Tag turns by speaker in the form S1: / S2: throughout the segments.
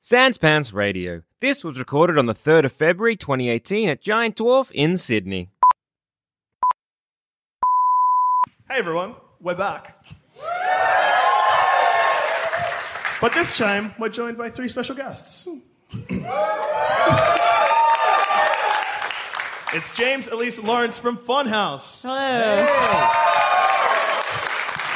S1: Sans Pants Radio. This was recorded on the 3rd of February 2018 at Giant Dwarf in Sydney.
S2: Hey everyone, we're back. But this time, we're joined by three special guests. it's James, Elise, and Lawrence from Funhouse. Hello.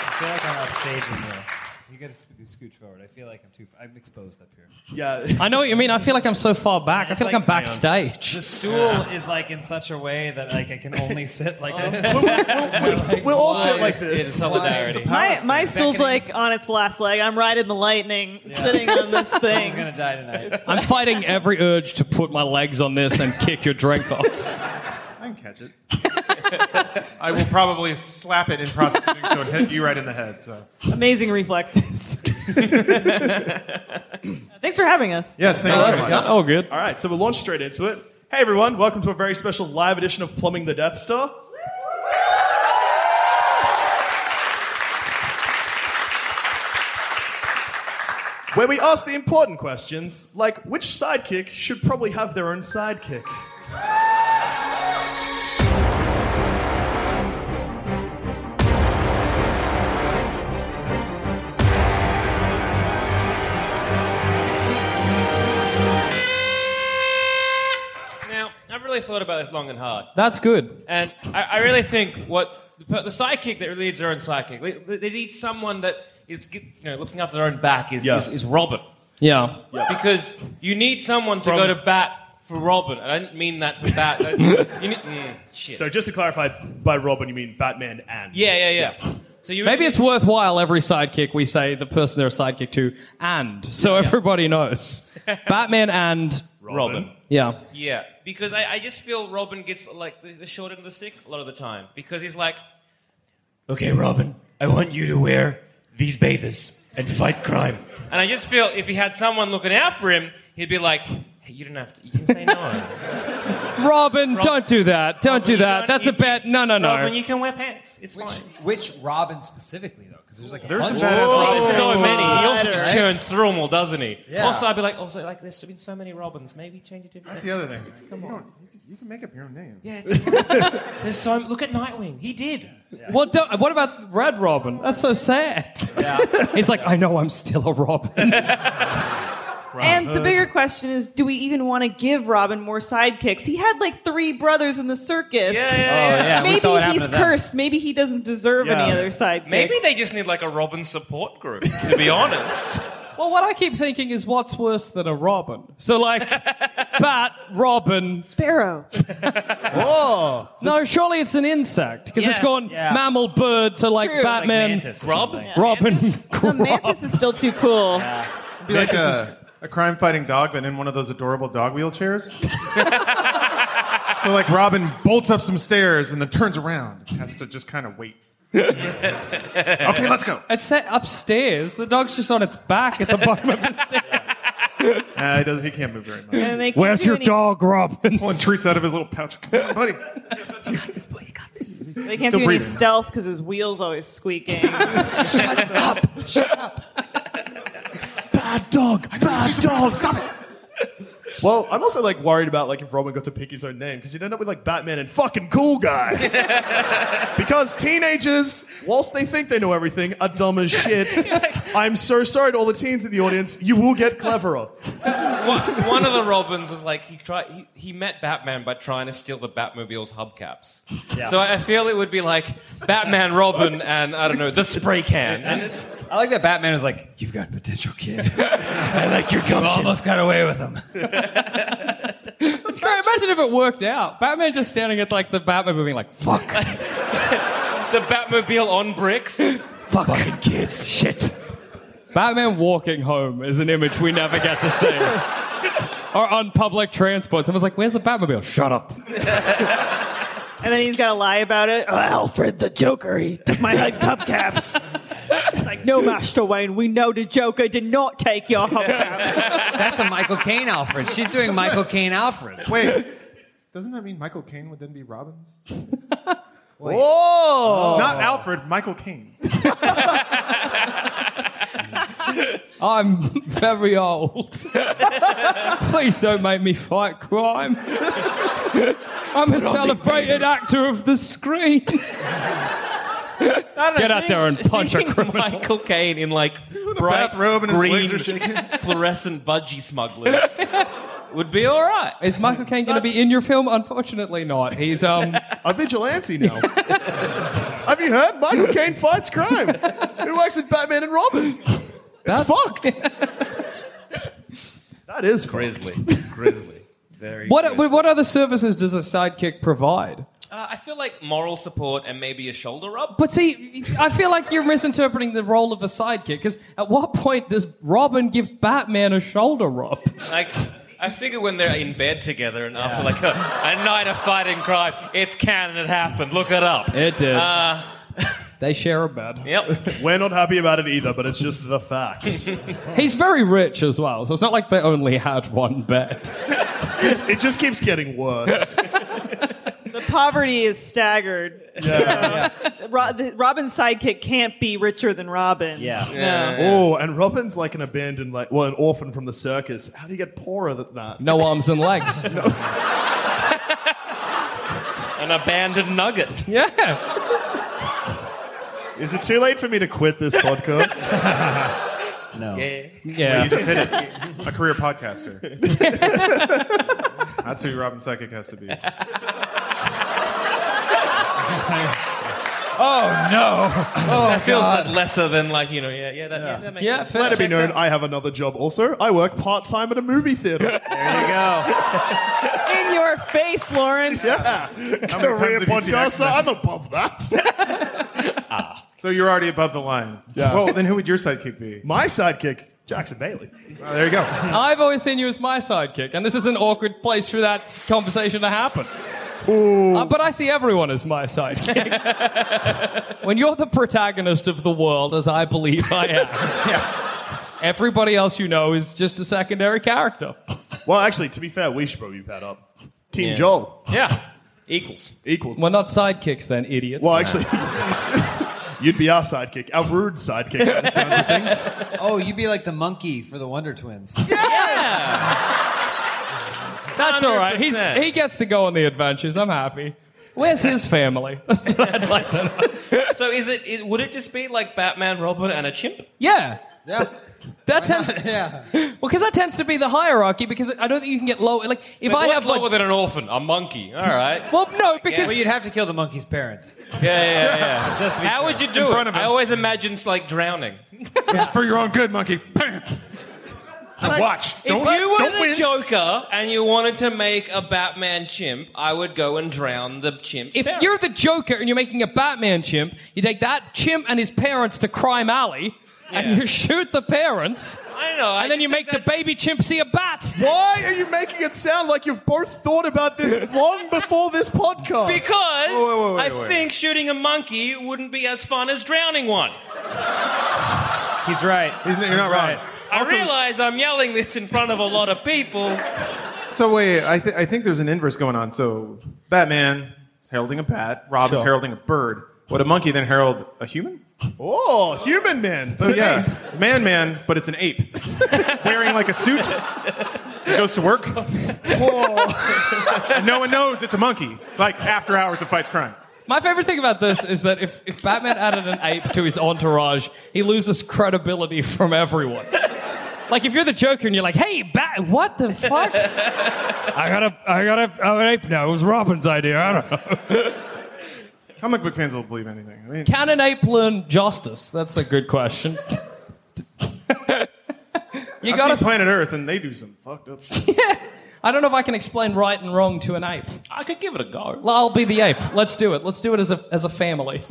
S3: I feel like I'm upstage in here. You gotta sc- scooch forward. I feel like I'm too. I'm exposed up here.
S2: Yeah.
S4: I know what you mean. I feel like I'm so far back. I feel like I'm
S3: Like, hang on.
S4: backstage.
S3: The stool is like in such a way that like I can only sit like this.
S2: We'll all sit like this.
S3: solidarity.
S5: My, my stool's like on its last leg. I'm riding the lightning, sitting on this
S3: I'm
S5: thing.
S3: gonna die tonight.
S4: I'm fighting every urge to put my legs on this and kick your drink off.
S2: I can catch it.
S6: I will probably slap it in process of doing so and hit you right in the head. So
S5: Amazing reflexes. Thanks for having us.
S6: yes, thank you. very much.
S4: Oh, good.
S2: All right, so we'll launch straight into it. Hey everyone, welcome to a very special live edition of Plumbing the Death Star. Where we ask the important questions, like which sidekick should probably have their own sidekick?
S1: Now, I've really thought about this long and hard.
S4: That's good.
S1: And I, I really think what the, per- the sidekick that leads their own sidekick, they, they need someone that is you know, looking after their own back, is,
S2: Yeah.
S1: is, is Robin.
S4: Yeah.
S1: Because you need someone to go to bat for Robin. And I didn't mean that for bat. I- you need, mm, shit.
S2: So just to clarify, by Robin you mean Batman and
S1: yeah, yeah, yeah. So you
S4: Maybe it's worthwhile every sidekick we say the person they're a sidekick to and so everybody knows. Batman and
S1: Robin.
S4: yeah.
S1: Yeah, because I, I just feel Robin gets like the, the short end of the stick a lot of the time because he's like,
S7: Okay, Robin, I want you to wear these bathers and fight crime.
S1: and I just feel if he had someone looking out for him, he'd be like, hey, you don't have to, you can say no.
S4: Robin, don't do that. Don't
S1: you
S4: do that.
S1: don't-
S4: That's
S1: you-
S4: a bet. No, no, no.
S1: Robin, you can wear pants. It's fine.
S3: Which Robin specifically though? Because there's like a
S6: There's some
S3: bunch.
S6: badass
S1: There's
S6: Robins.
S1: so many. He also
S5: Right,
S1: just
S5: right.
S1: churns through them all, doesn't he?
S3: Yeah.
S1: Also, I'd be like, also like, there's been so many Robins. Maybe change it to.
S6: That's the other thing. Come on. You can make up your own name.
S1: Yeah, it's- there's so. Look at Nightwing. He did.
S4: What, do, what about Red Robin? That's so sad. He's like, I know I'm still a Robin.
S5: And the bigger question is do we even want to give Robin more sidekicks? He had like three brothers in the circus.
S3: yeah, we saw
S5: Maybe
S3: what happened
S5: he's
S3: to them.
S5: cursed. Maybe he doesn't deserve any
S2: Yeah.
S5: other sidekicks.
S1: Maybe they just need like a Robin support group. To be honest.
S4: Well, what I keep thinking is what's worse than a Robin? So, like, Bat, Robin.
S5: Sparrow.
S4: No, surely it's an insect because it's
S1: Yeah,
S4: gone
S3: yeah.
S4: mammal bird to like
S5: True.
S3: like
S4: Batman,
S3: mantis or
S1: Robin.
S3: something.
S4: Robin.
S5: The mantis is still too cool.
S6: Be like a, a crime-fighting dog, but in one of those adorable dog wheelchairs. so like Robin bolts up some stairs and then turns around, has to just kind of wait. okay, let's go.
S4: It's set upstairs. The dog's just on its back at the bottom of the stairs.
S6: Uh, he, does, he can't move very much.
S5: And they can't do any-
S4: Robin?
S6: Pulling treats out of his little pouch. Come on, buddy.
S5: They can't
S6: Still
S5: do
S6: breathing.
S5: any stealth because his wheel's always squeaking.
S6: Bad dog. Bad dog. Stop it.
S2: Well, I'm also like worried about like if Robin got to pick his own name because you'd end up with like Batman and fucking cool guy. because teenagers, whilst they think they know everything, are dumb as shit. I'm so sorry to all the teens in the audience. You will get cleverer.
S1: One, one of the Robins was like he tried. He, he met Batman by trying to steal the Batmobile's hubcaps. So I feel it would be like Batman, Robin, and I don't know the spray can. And it's
S3: I like that Batman is like, you've got potential, kid. I like your gumption. almost got away with him.
S4: It's great. Imagine if it worked out. Batman just standing at like the Batman being like, fuck,
S1: the Batmobile on bricks.
S3: Fucking kids.
S4: shit. Batman walking home is an image we never get to see. or on public transport. Someone's like, where's the Batmobile? Shut up.
S5: And then he's got to lie about it. Oh, Alfred the Joker, he took my head hubcaps. It's like, no, Master Wayne, we know the Joker did not take your hubcaps.
S8: That's a Michael Caine Alfred. She's doing Michael Caine Alfred.
S6: Wait, doesn't that mean Michael Caine would then be Robbins?
S2: Whoa!
S6: Not Alfred, Michael Caine.
S4: I'm very old. Please don't make me fight crime. I'm a celebrated actor of the screen.
S1: I don't know,
S4: Get out
S1: seeing-
S4: there and punch a
S1: seeing
S4: criminal.
S1: Michael Caine in like bright
S6: Bathrobe and his
S1: green
S6: legs are shaking.
S1: fluorescent budgie smugglers would be all right.
S4: Is Michael Caine going to be in your film? Unfortunately, not. He's um.
S2: A vigilante now. Have you heard? Michael Caine fights crime. Who works with Batman and Robin? It's fucked. that is crazy.
S1: Grizzly, grizzly. Very
S4: What
S1: grizzly.
S4: what other services does a sidekick provide?
S1: Uh, I feel like moral support and maybe a shoulder rub.
S4: But see, I feel like you're misinterpreting the role of a sidekick. Because at what point does Robin give Batman a shoulder rub?
S1: Like, I figure when they're in bed together and after like a, a night of fighting crime, it's canon. It happened. Look it up.
S4: It did. they share a bed.
S1: Yep.
S2: We're not happy about it either, but it's just the facts.
S4: He's very rich as well, so it's not like they only had one bed.
S2: it just keeps getting worse.
S5: the poverty is staggered. So, Ro- the- Robin's sidekick can't be richer than Robin.
S3: Yeah.
S2: Oh, and Robin's like an abandoned, like, well, an orphan from the circus. How do you get poorer than that?
S4: No arms and legs.
S1: An abandoned nugget.
S4: Yeah.
S2: Is it too late for me to quit this podcast?
S3: No.
S6: You
S4: Yeah.
S6: just hit it. A career podcaster. That's who Robin Psychic has to be.
S3: Oh,
S1: that feels like lesser than like you know. Yeah, yeah, that, yeah. that makes
S4: Yeah,
S1: sense.
S4: fair.
S2: Let it be known, I have another job also. I work part time at a movie theater.
S5: In your face, Lawrence.
S6: How many
S2: Career
S6: times have you
S2: podcaster,
S6: seen X-Men? Ah,
S2: I'm above that.
S6: So you're already above the line.
S2: Yeah.
S6: Well, then who would your sidekick be?
S2: My sidekick, Jackson Bailey.
S6: Oh, there you go.
S4: I've always seen you as my sidekick, and this is an awkward place for that conversation to happen. Uh, but I see everyone as my sidekick. when you're the protagonist of the world, as I believe I am, everybody else you know is just a secondary character.
S2: Well, actually, to be fair, we should probably pad up. Team Joel
S1: yeah. Equals.
S2: equals.
S4: We're not sidekicks then, idiots.
S2: Well, actually, you'd be our sidekick, our rude sidekick. by the sounds of things.
S8: Oh, you'd be like the monkey for the Wonder Twins.
S4: That's all right. He's,
S1: 100%.
S4: he gets to go on the adventures. I'm happy. Where's his family? That's what I'd like to know.
S1: So is it, it? Would it just be like Batman, Robin, and a chimp?
S4: Yeah.
S8: Yeah.
S4: That tends,
S8: yeah.
S4: well, because that tends to be the hierarchy. Because I don't think you can get low. Like if I
S1: What's
S4: have
S1: lower
S4: like,
S1: than an orphan? A monkey. All right.
S4: well, no, because
S8: Well, you'd have to kill the monkey's parents.
S1: Yeah, yeah, yeah.
S8: Just to be
S1: How
S8: sure.
S1: would you do
S6: front
S1: it?
S6: of him.
S1: I always imagine like drowning.
S6: This is for your own good, monkey. Bam. And watch.
S1: If you were the Joker and you wanted to make a Batman chimp, I would go and drown the chimp.
S4: if you're the Joker and you're making a Batman chimp, you take that chimp and his parents to Crime Alley,
S1: Yeah.
S4: and you shoot the parents,
S1: I don't know. I
S4: and then
S1: just
S4: you
S1: think
S4: make the
S1: that's-
S4: baby chimp see a bat.
S2: Why are you making it sound like you've both thought about this long before this podcast?
S1: Because
S6: Wait, Oh, wait, wait,
S1: I
S6: wait.
S1: think shooting a monkey wouldn't be as fun as drowning one.
S3: He's right.
S6: Isn't it? You're not wrong.
S1: I realize I'm yelling this in front of a lot of people.
S6: So wait, I, th- I think there's an inverse going on. So Batman is heralding a bat. Robin's
S4: Sure.
S6: heralding a bird. Would a monkey then herald a human?
S2: Oh, human man.
S6: So yeah, man, man, but it's an ape wearing like a suit. It goes to work. And no one knows it's a monkey. Like after hours of fights crime.
S4: My favorite thing about this is that if, if Batman added an ape to his entourage, he loses credibility from everyone. Like if you're the Joker and you're like, "Hey, Bat, what the fuck?" I got a, I got a, I'm an ape now. It was Robin's idea. I don't know.
S6: Comic book fans will believe anything. I mean,
S4: Can an ape learn justice? That's a good question. you
S6: I've
S4: got to.
S6: seen Planet Earth, and they do some fucked up shit.
S4: I don't know if I can explain right and wrong to an ape.
S1: I could give it a go.
S4: I'll be the ape. Let's do it. Let's do it as a as a family.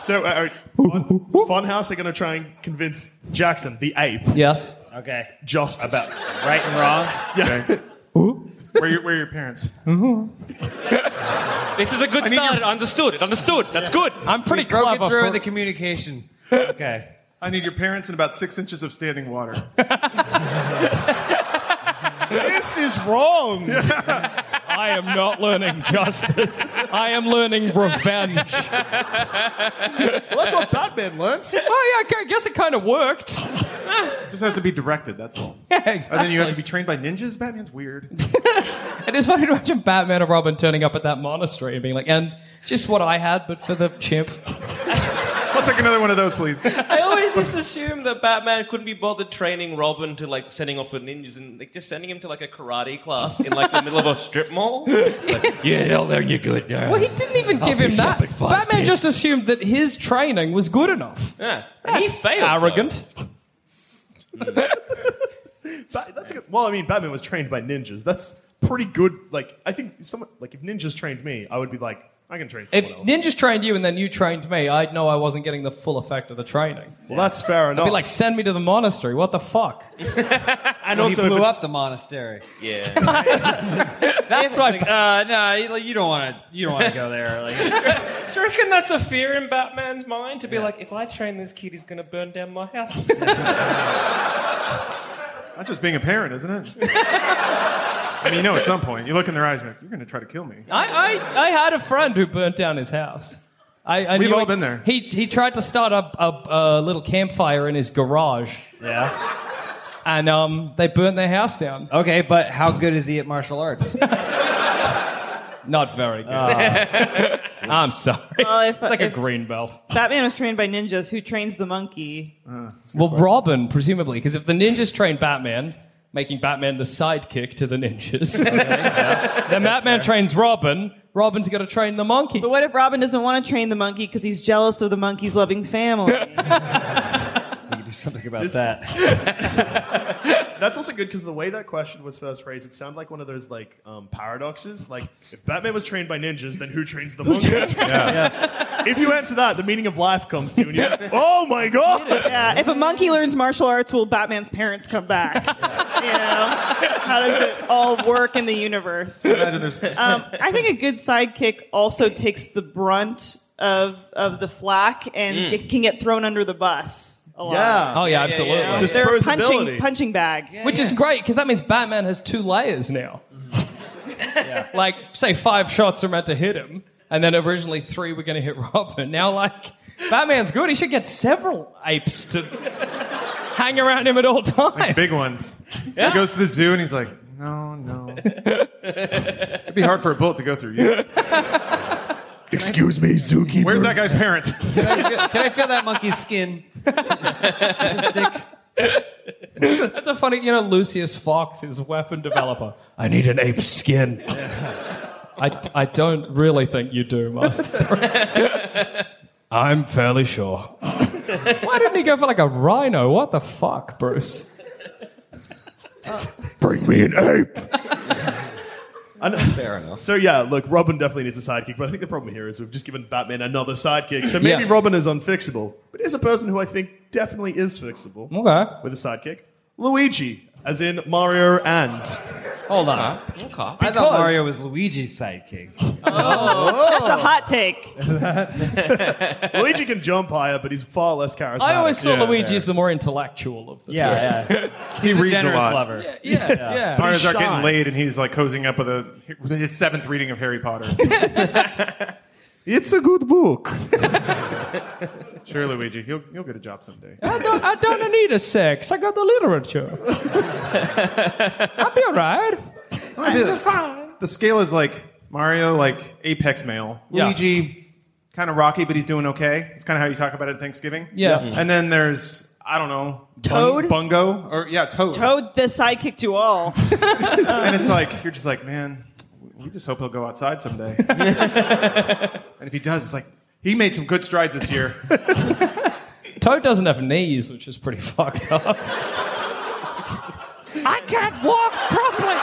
S2: So, uh, uh, fun, Funhouse are going to try and convince Jackson, the ape.
S4: Yes.
S2: Okay. Justice.
S4: About
S2: right and wrong. Yeah.
S6: where, are your, where are your parents?
S1: This is a good
S6: I need
S1: start. It understood. It understood. That's good.
S4: I'm pretty
S6: We've broken
S4: clever.
S6: through
S4: for-
S6: the
S8: communication.
S6: Okay. I need your parents and about six inches of standing water.
S2: this is wrong.
S4: I am not learning justice. I am learning revenge.
S2: Well, that's what Batman learns.
S4: Well, yeah, I guess it kind of worked.
S6: just has to be directed, that's all.
S4: Yeah,
S6: And then you have
S4: exactly.
S6: to be trained by ninjas? Batman's weird.
S4: It is funny to imagine Batman and Robin turning up at that monastery and being like, and just what I had, but for the chimp.
S6: I'll take another one of those, please.
S1: I always just assume that Batman couldn't be bothered training Robin to like sending off for ninjas and like just sending him to like a karate class in like the middle of a strip mall. Like,
S7: Yeah, they'll learn you good. Yeah.
S4: Well, he didn't even
S7: I'll
S4: give him
S7: pick you
S4: that.
S7: up at five,
S4: Batman
S7: kid.
S4: just assumed that his training was good enough.
S1: yeah, and he
S4: That's
S1: failed. though.
S4: arrogant.
S2: Ba- that's a good, well, I mean, Batman was trained by ninjas. That's pretty good. Like, I think if someone, like, if ninjas trained me, I would be like, I can train
S4: If
S2: someone else.
S4: ninjas trained you and then you trained me, I'd know I wasn't getting the full effect of the training.
S2: well, that's fair
S4: I'd
S2: enough.
S4: be like, send me to the monastery. What the fuck?
S2: and
S8: He
S2: also, if
S8: blew
S2: it's-
S8: up the monastery.
S1: Yeah,
S4: That's right.
S8: Like, uh, no, you, like, you don't want to. You don't want to go there. Like,
S1: do you reckon that's a fear in Batman's mind to be like, if I train this kid, he's gonna burn down my house?
S6: That's just being a parent, isn't it? I mean, you know, at some point, you look in their eyes and you're like, you're going to try to kill me.
S4: I, I, I had a friend who burnt down his house. I, I
S6: We've
S4: knew
S6: all
S4: he-
S6: been there.
S4: He, he tried to start up a, a little campfire in his garage,
S8: yeah.
S4: and um, they burnt their house down.
S8: Okay, but how good is he at martial arts?
S4: Not very good. I'm sorry.
S5: Well, if-
S4: Ah. it's like a
S5: if-
S4: green belt.
S5: Batman was trained by ninjas. Who trains the monkey?
S4: Well, Robin, presumably, because if the ninjas train Batman, making Batman the sidekick to the ninjas, then Batman trains Robin. Robin's got to train the monkey.
S5: But what if Robin doesn't want to train the monkey because he's jealous of the monkey's loving family?
S8: You can do something about that.
S2: That's also good because the way that question was first phrased, it sounded like one of those like um, paradoxes. Like, if Batman was trained by ninjas, then who trains the monkey? If you answer that, the meaning of life comes to you. And you're like, oh my god!
S5: yeah, if a monkey learns martial arts, will Batman's parents come back? you know, how does it all work in the universe?
S6: Imagine there's-
S5: Um, I think a good sidekick also takes the brunt of of the flack and it can get thrown under the bus a lot.
S2: Yeah.
S4: Oh yeah, absolutely.
S2: Just-
S5: They're a
S2: Disposability.
S5: punching punching bag.
S4: Which is great because that means Batman has two layers now. Like, say five shots are meant to hit him, and then originally three were going to hit Robin. Now, like, Batman's good. He should get several apes to hang around him at all times.
S6: Big ones. He goes to the zoo and he's like, no, no. It'd be hard for a bullet to go through you.
S9: Excuse me, zookeeper.
S6: Where's that guy's parents?
S8: Can I feel, can I feel that monkey's skin?
S4: That's a funny, you know, Lucius Fox is weapon developer. I need an ape skin. I, I don't really think you do, Master. I'm fairly sure. Why didn't he go for like a rhino? What the fuck, Bruce?
S9: Bring me an ape.
S2: Fair enough. So yeah, look, Robin definitely needs a sidekick, but I think the problem here is we've just given Batman another sidekick. So maybe
S4: Yeah.
S2: Robin is unfixable, but here's a person who I think definitely is fixable
S4: Okay.
S2: with a sidekick: Luigi, as in Mario and.
S4: Hold on.
S8: I thought Mario was Luigi's sidekick.
S5: That's a hot take.
S2: Luigi can jump higher, but he's far less charismatic.
S4: I always saw
S6: Yeah,
S4: Luigi as the more intellectual of the two.
S8: Yeah, yeah. He's
S6: reads a
S8: generous
S6: lot.
S8: lover.
S4: Yeah, yeah.
S6: Mario's
S2: He's
S6: out
S2: shy.
S6: getting laid and he's like cozying up with, a, with his seventh reading of Harry Potter.
S2: It's a good book.
S6: sure, Luigi, you'll, you'll get a job someday.
S4: I, don't, I don't need a sex. I got the literature. I'll be all right.
S6: The scale is like Mario, like apex male.
S4: Yeah.
S6: Luigi, kind of rocky, but he's doing okay. It's kind of how you talk about it at Thanksgiving.
S4: Yeah. Mhm.
S6: And then there's I don't know,
S5: Toad?
S6: Bun- Bungo, or yeah, Toad.
S5: Toad the sidekick to all.
S6: And it's like you're just like, man, we just hope he'll go outside someday. and if he does, it's like he made some good strides this year.
S4: Toad doesn't have knees, which is pretty fucked up. I can't walk properly.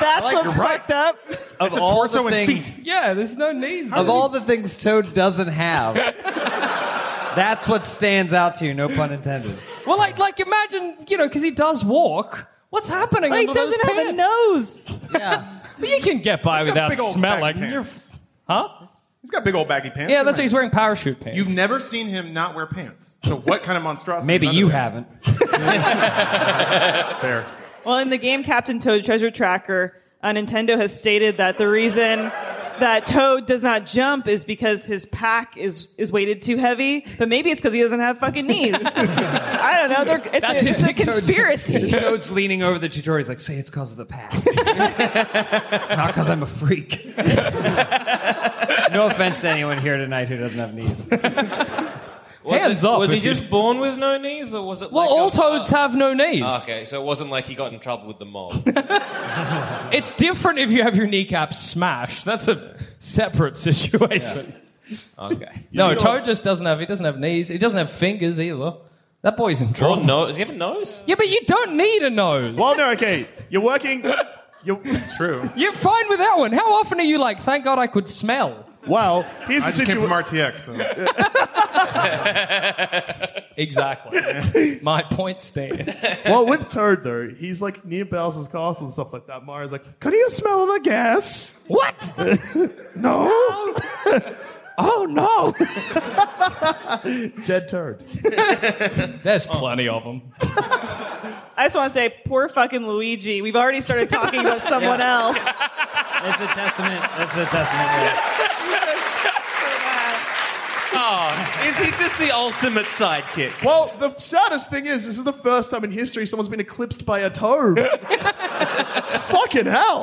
S5: That's what's
S6: right.
S5: fucked up.
S8: Of
S6: a
S8: all
S6: torso
S8: the
S6: and
S8: things,
S4: Yeah, there's no knees.
S8: of all the things Toad doesn't have,
S3: That's what stands out to you, no pun intended.
S4: Well, like, like imagine, you know, because he does walk. What's happening
S5: Well, he
S4: under those
S5: doesn't have a
S4: pants?
S5: nose.
S3: Yeah.
S4: Well, you can get by
S6: got
S4: without
S6: big old
S4: smelling.
S6: baggy
S4: You're-
S6: pants.
S4: huh?
S6: He's got big old baggy pants.
S4: Yeah, that's why he's wearing parachute pants.
S6: You've never seen him not wear pants. So what kind of monstrosity?
S3: Maybe
S6: is
S3: you
S6: underwear?
S3: haven't.
S6: Fair.
S5: Well, in the game Captain Toad Treasure Tracker, uh, Nintendo has stated that the reason that Toad does not jump is because his pack is, is weighted too heavy, but maybe it's because he doesn't have fucking knees. I don't know. They're, it's, a, it's a conspiracy.
S3: Toad's leaning over the tutorial. He's like, say it's because of the pack. Not because I'm a freak. no offense to anyone here tonight who doesn't have knees.
S4: Hands up.
S1: Was he
S4: if you-
S1: just born with no knees, or was it?
S4: Well,
S1: like
S4: all
S1: a-
S4: toads have no knees.
S1: Ah, Okay, so it wasn't like he got in trouble with the mob.
S4: It's different if you have your kneecap smashed. That's a separate situation.
S1: okay.
S4: No, Toad just doesn't have. He doesn't have knees. He doesn't have fingers either. That boy's in
S1: Or
S4: trouble.
S1: nose? Does he have a nose?
S4: Yeah, but you don't need a nose.
S2: Well, no, okay. You're working. You're, it's true.
S4: You're fine with that one. How often are you like, thank God I could smell?
S2: Well, here's
S6: I
S2: the
S6: just came
S2: situation.
S6: from RTX. So.
S4: Exactly. My point stands.
S2: well, with Toad though, he's like near Bowser's castle and stuff like that. Mario's like, "Can you smell the gas?
S4: what?
S2: No,
S4: Oh no.
S2: dead Toad.
S1: Oh.
S4: There's plenty of them.
S5: I just want to say, poor fucking Luigi. We've already started talking about someone else.
S8: That's a testament. That's a testament. yeah.
S1: Is he just the ultimate sidekick?
S2: Well, the saddest thing is, this is the first time in history someone's been eclipsed by a Toad. Fucking hell!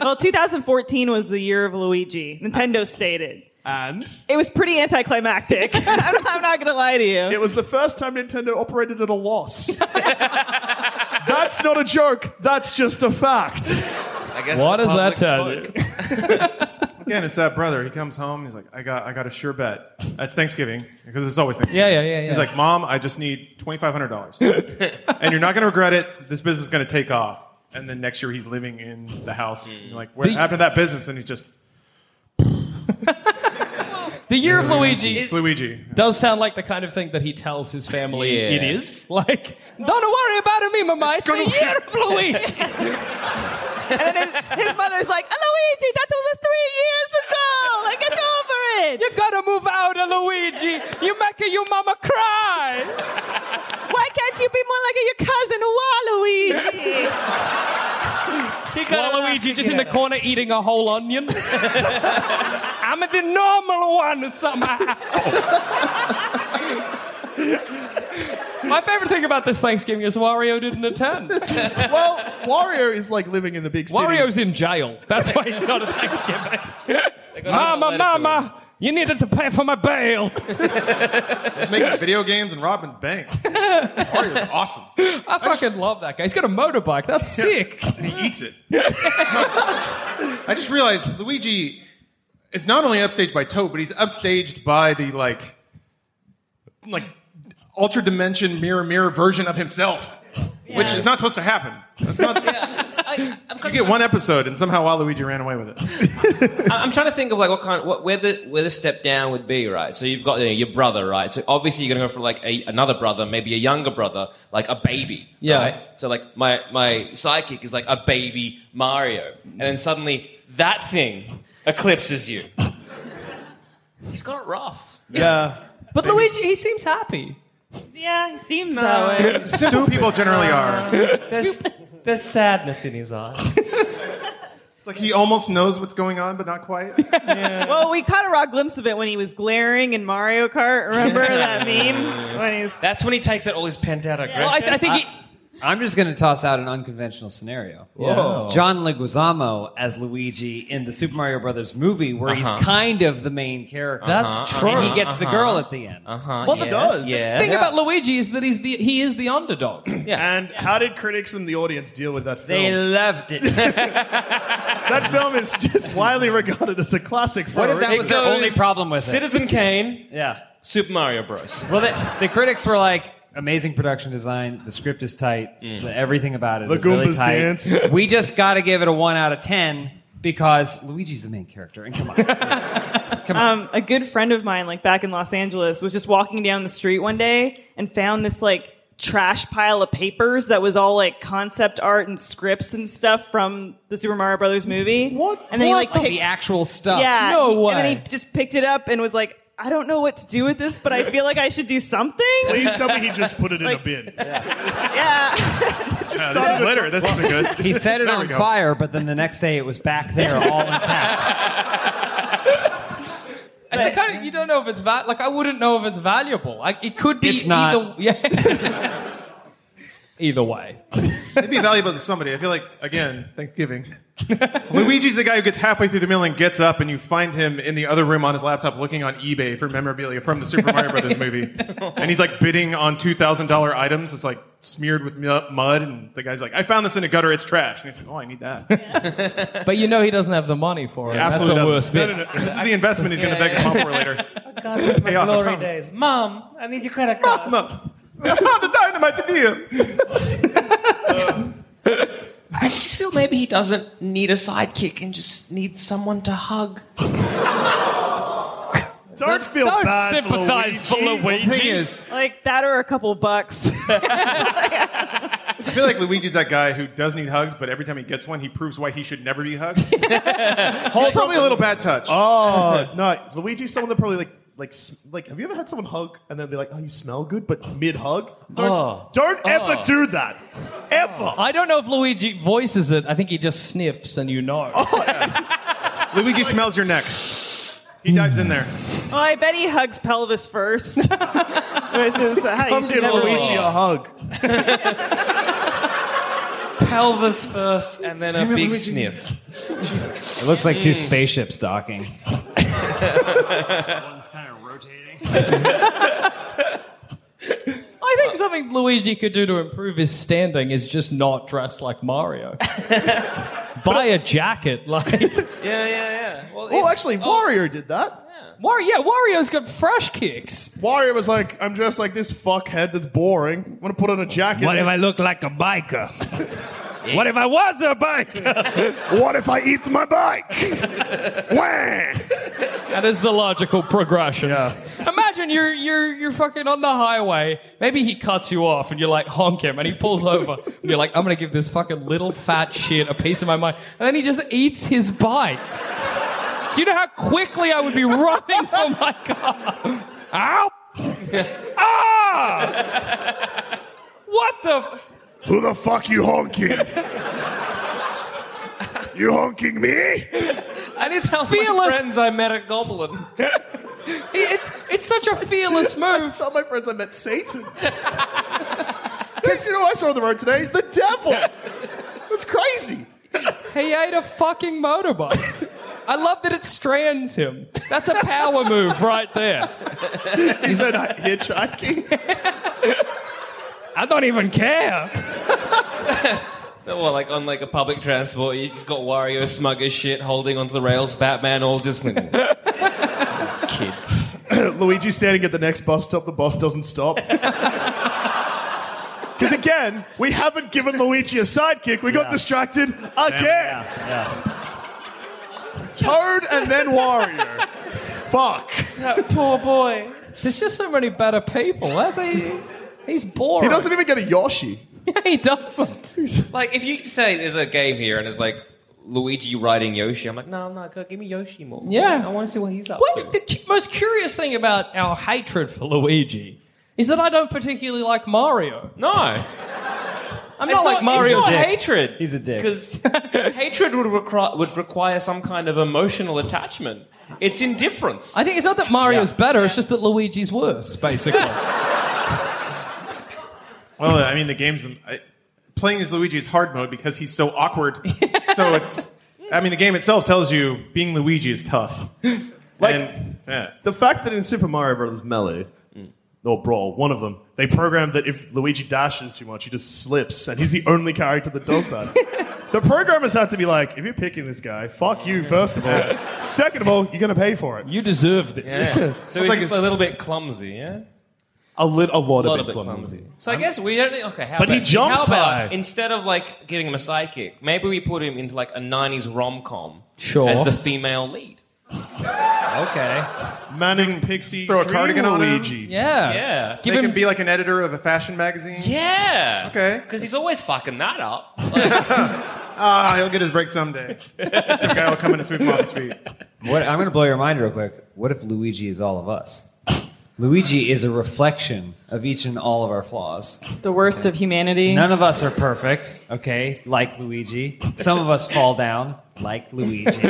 S5: Well, 2014 was the year of Luigi. Nintendo stated.
S2: And
S5: It was pretty anticlimactic. I'm, I'm not going to lie to you.
S2: it was the first time Nintendo operated at a loss. That's not a joke. That's just a fact.
S1: I guess.
S4: What
S1: the
S4: does that
S1: public
S4: tell
S1: spoke.
S4: you?
S6: Again, it's that brother. He comes home. He's like, I got, I got a sure bet. It's Thanksgiving because it's always Thanksgiving.
S4: Yeah, yeah, yeah, yeah.
S6: He's like, Mom, I just need twenty five hundred dollars, and you're not gonna regret it. This business is gonna take off. And then next year, he's living in the house. And you're like, what
S4: The-
S6: happened to that business? And he's just
S4: The year of Luigi
S6: it's Luigi.
S4: does sound like the kind of thing that he tells his family
S1: Yeah.
S4: it is. Like, don't worry about it, me, Mama. It's the year of Luigi.
S5: And then his, his mother's like, Luigi, that was three years ago. Like, get over it.
S4: You gotta move out, Luigi. You making your mama cry.
S5: Why can't you be more like your cousin, Waluigi?
S4: He got Luigi just in the corner eating a whole onion. I'm the normal one somehow. My favorite thing about this Thanksgiving is Wario didn't attend.
S2: Well, Wario is like living in the big city.
S4: Wario's in jail. That's why he's not at Thanksgiving.
S1: got
S4: mama,
S1: another letter to
S4: mama, you needed to pay for my bail.
S6: He's making video games and robbing banks. Mario's awesome.
S4: I fucking love that guy. He's got a motorbike. That's sick.
S6: He eats it. I just realized Luigi is not only upstaged by Toad, but he's upstaged by the like, like ultra dimension mirror mirror version of himself, which is not supposed to happen. That's not. you get one episode, and somehow Waluigi ran away with it.
S1: I- I'm trying to think of like what kind, what, where the where the step down would be, right? So you've got you know, your brother, right? So obviously you're gonna go for like a, another brother, maybe a younger brother, like a baby,
S4: Yeah.
S1: right? So like my my sidekick is like a baby Mario, and then suddenly that thing eclipses you. He's got it rough.
S2: yeah.
S4: But Luigi, he seems happy.
S5: Yeah, he seems that way.
S6: Stupid people generally are.
S1: There's, there's sadness in his eyes.
S6: It's like he almost knows what's going on, but not quite.
S5: Well, we caught a raw glimpse of it when he was glaring in Mario Kart. Remember that meme? When he's
S1: That's when he takes out all his pent out aggression.
S4: Well, I, I think he.
S3: I'm just going to toss out an unconventional scenario. John Leguizamo as Luigi in the Super Mario Brothers movie, where he's kind of the main character.
S4: That's true.
S3: And he gets the girl at the end.
S1: Uh-huh,
S4: Well, the
S1: yes,
S2: does.
S1: yes.
S4: thing about Luigi is that he's the he is the underdog.
S2: And how did critics and the audience deal with that film?
S8: They loved it.
S2: that film is just widely regarded as a classic. For
S3: What
S2: a
S3: if that
S2: reason.
S3: was their
S1: goes
S3: only problem with it?
S1: Citizen Kane,
S3: Yeah.
S1: Super Mario Bros.
S3: Well, the, the critics were like, amazing production design. The script is tight. The, everything about it
S2: The
S3: is really
S2: Goombas
S3: tight.
S2: dance.
S3: We just got to give it a one out of ten because Luigi's the main character. And come on,
S5: Um, a good friend of mine, like back in Los Angeles, was just walking down the street one day and found this like trash pile of papers that was all like concept art and scripts and stuff from the Super Mario Brothers movie. What? And then he like
S3: What?
S5: picked,
S3: the actual stuff.
S5: Yeah.
S4: No
S5: And then
S4: way.
S5: he just picked it up and was like, I don't know what to do with this, but I feel like I should do something.
S2: Please tell me he just put it in a bin.
S5: Yeah.
S6: Yeah, this is litter. This isn't good.
S3: He set it
S6: There we
S3: on
S6: go.
S3: fire, but then the next day it was back there, all intact.
S4: It's a kind of you don't know if it's val- like I wouldn't know if it's valuable. Like it could be
S3: It's not.
S4: either yeah. either way.
S6: It'd be valuable to somebody. I feel like again, Thanksgiving. Luigi's the guy who gets halfway through the meal and gets up, and you find him in the other room on his laptop looking on eBay for memorabilia from the Super Mario Brothers movie, and he's like bidding on two thousand dollar items. It's like smeared with mu- mud, and the guy's like, "I found this in a gutter. It's trash." And he's like, "Oh, I need that."
S4: But you know he doesn't have the money for it. That's the
S6: Absolutely doesn't.
S4: worst bit.
S6: No, no, no. This is the investment he's going to beg his mom for later.
S7: Oh, my
S6: Pay off, I
S7: glory
S6: promise.
S7: days. Mom, I need your credit card.
S6: Mom, the dynamite to you.
S1: I just feel maybe he doesn't need a sidekick and just needs someone to hug.
S2: Don't feel
S4: Don't
S2: bad.
S4: sympathize for Luigi.
S6: Thing is,
S5: like that or a couple bucks.
S6: I feel like Luigi's that guy who does need hugs, but every time he gets one, he proves why he should never be hugged. Hold probably a little bad touch.
S2: Oh no, Luigi's someone that probably like like s- like. Have you ever had someone hug and then be like, "Oh, you smell good," but mid hug? Don't, don't ever do that, ever.
S4: I don't know if Luigi voices it. I think he just sniffs and you know.
S6: Luigi smells your neck. He dives in there.
S5: well, I bet he hugs pelvis first. Which is how you
S2: Come
S5: should
S2: give
S5: never-
S2: Luigi a hug.
S1: Pelvis first and then a big
S6: Luigi.
S1: sniff.
S3: It looks like two spaceships docking.
S4: I think something Luigi could do to improve his standing is just not dress like Mario. Buy a jacket, like
S1: Yeah, yeah, yeah. Well,
S2: Well,
S1: if-
S2: actually, Wario did that.
S4: Wario. Yeah, Wario's got fresh kicks.
S2: Wario was like, "I'm dressed like this fuckhead that's boring. I'm gonna put on a jacket."
S8: What if I look like a biker? What if I was a biker?
S2: What if I eat my bike? Wah!
S4: That is the logical progression.
S2: Yeah.
S4: Imagine you're you're you're fucking on the highway. Maybe he cuts you off and you're like honk him, and he pulls over. and you're like, I'm gonna give this fucking little fat shit a piece of my mind, and then he just eats his bike. Do you know how quickly I would be running for my car? Ow! ah! What the? F-
S2: Who the fuck you honking? you honking me?
S1: and it's how my
S4: Fearless-
S1: friends I met at Goblin.
S4: it's it's such a fearless move.
S2: That's how my friends I met Satan. Because you know what I saw on the road today? The devil. That's crazy.
S4: He ate a fucking motorbike. I love that it strands him. That's a power move right there.
S2: He said "I- hitchhiking.
S4: I don't even care.
S1: So, well, like on like a public transport, you just got Wario smug as shit holding onto the rails, Batman all just kids.
S2: Luigi's standing at the next bus stop. The bus doesn't stop. Because again, we haven't given Luigi a sidekick. We got distracted again. Toad and then Wario. Fuck.
S4: That poor boy. There's just so many better people. That's he, he's
S2: He
S4: boring.
S2: doesn't even get a Yoshi.
S4: he doesn't.
S1: Like if you say there's a game here and it's like Luigi riding Yoshi, I'm like, no, I'm not. Go, give me Yoshi more.
S4: Yeah.
S1: I want to see what he's up
S4: What
S1: to.
S4: the cu- most curious thing about our hatred for Luigi is that I don't particularly like Mario.
S1: no, I'm
S4: I'm not like Mario's
S1: Mario's
S4: dick.
S1: hatred.
S3: He's a dick.
S1: Because hatred would require would require some kind of emotional attachment. It's indifference.
S4: I think it's not that Mario's better, it's just that Luigi's worse, basically.
S6: Well, I mean, the game's I, playing as Luigi is hard mode because he's so awkward. so it's. I mean, the game itself tells you being Luigi is tough.
S2: Like-
S6: And, yeah. Mm.
S2: The fact that in Super Mario Brothers Melee, or Brawl, one of them, they programmed that if Luigi dashes too much, he just slips, and he's the only character that does that. the programmers had to be like, if you're picking this guy, fuck you, first of all. Second of all, you're going to pay for it.
S4: you deserve this.
S1: Yeah. So he's
S6: like
S1: just
S6: it's-
S1: a little bit clumsy, yeah.
S2: A, lit, a lot,
S1: A lot
S2: of
S1: of
S2: it.
S1: bit clumsy. So I guess we don't. Okay, how
S2: But
S1: about,
S2: he jumps
S1: How about
S2: high.
S1: instead of like giving him a sidekick, maybe we put him into like a '90s rom com
S4: Sure.
S1: as the female lead.
S3: Okay.
S2: Manning Pixie.
S6: Throw a
S2: Dream
S6: cardigan on him?
S2: Luigi.
S4: Yeah.
S1: Yeah.
S6: They can be like an editor of a fashion magazine.
S1: Yeah.
S6: Okay.
S1: Because he's always fucking that up.
S6: Ah, he'll get his break someday. Some guy will come in and sweep him off his feet.
S3: What, I'm going to blow your mind real quick. What if Luigi is all of us? Luigi is a reflection of each and all of our flaws.
S5: The worst of humanity.
S3: None of us are perfect, okay? Like Luigi. Some of us fall down, like Luigi.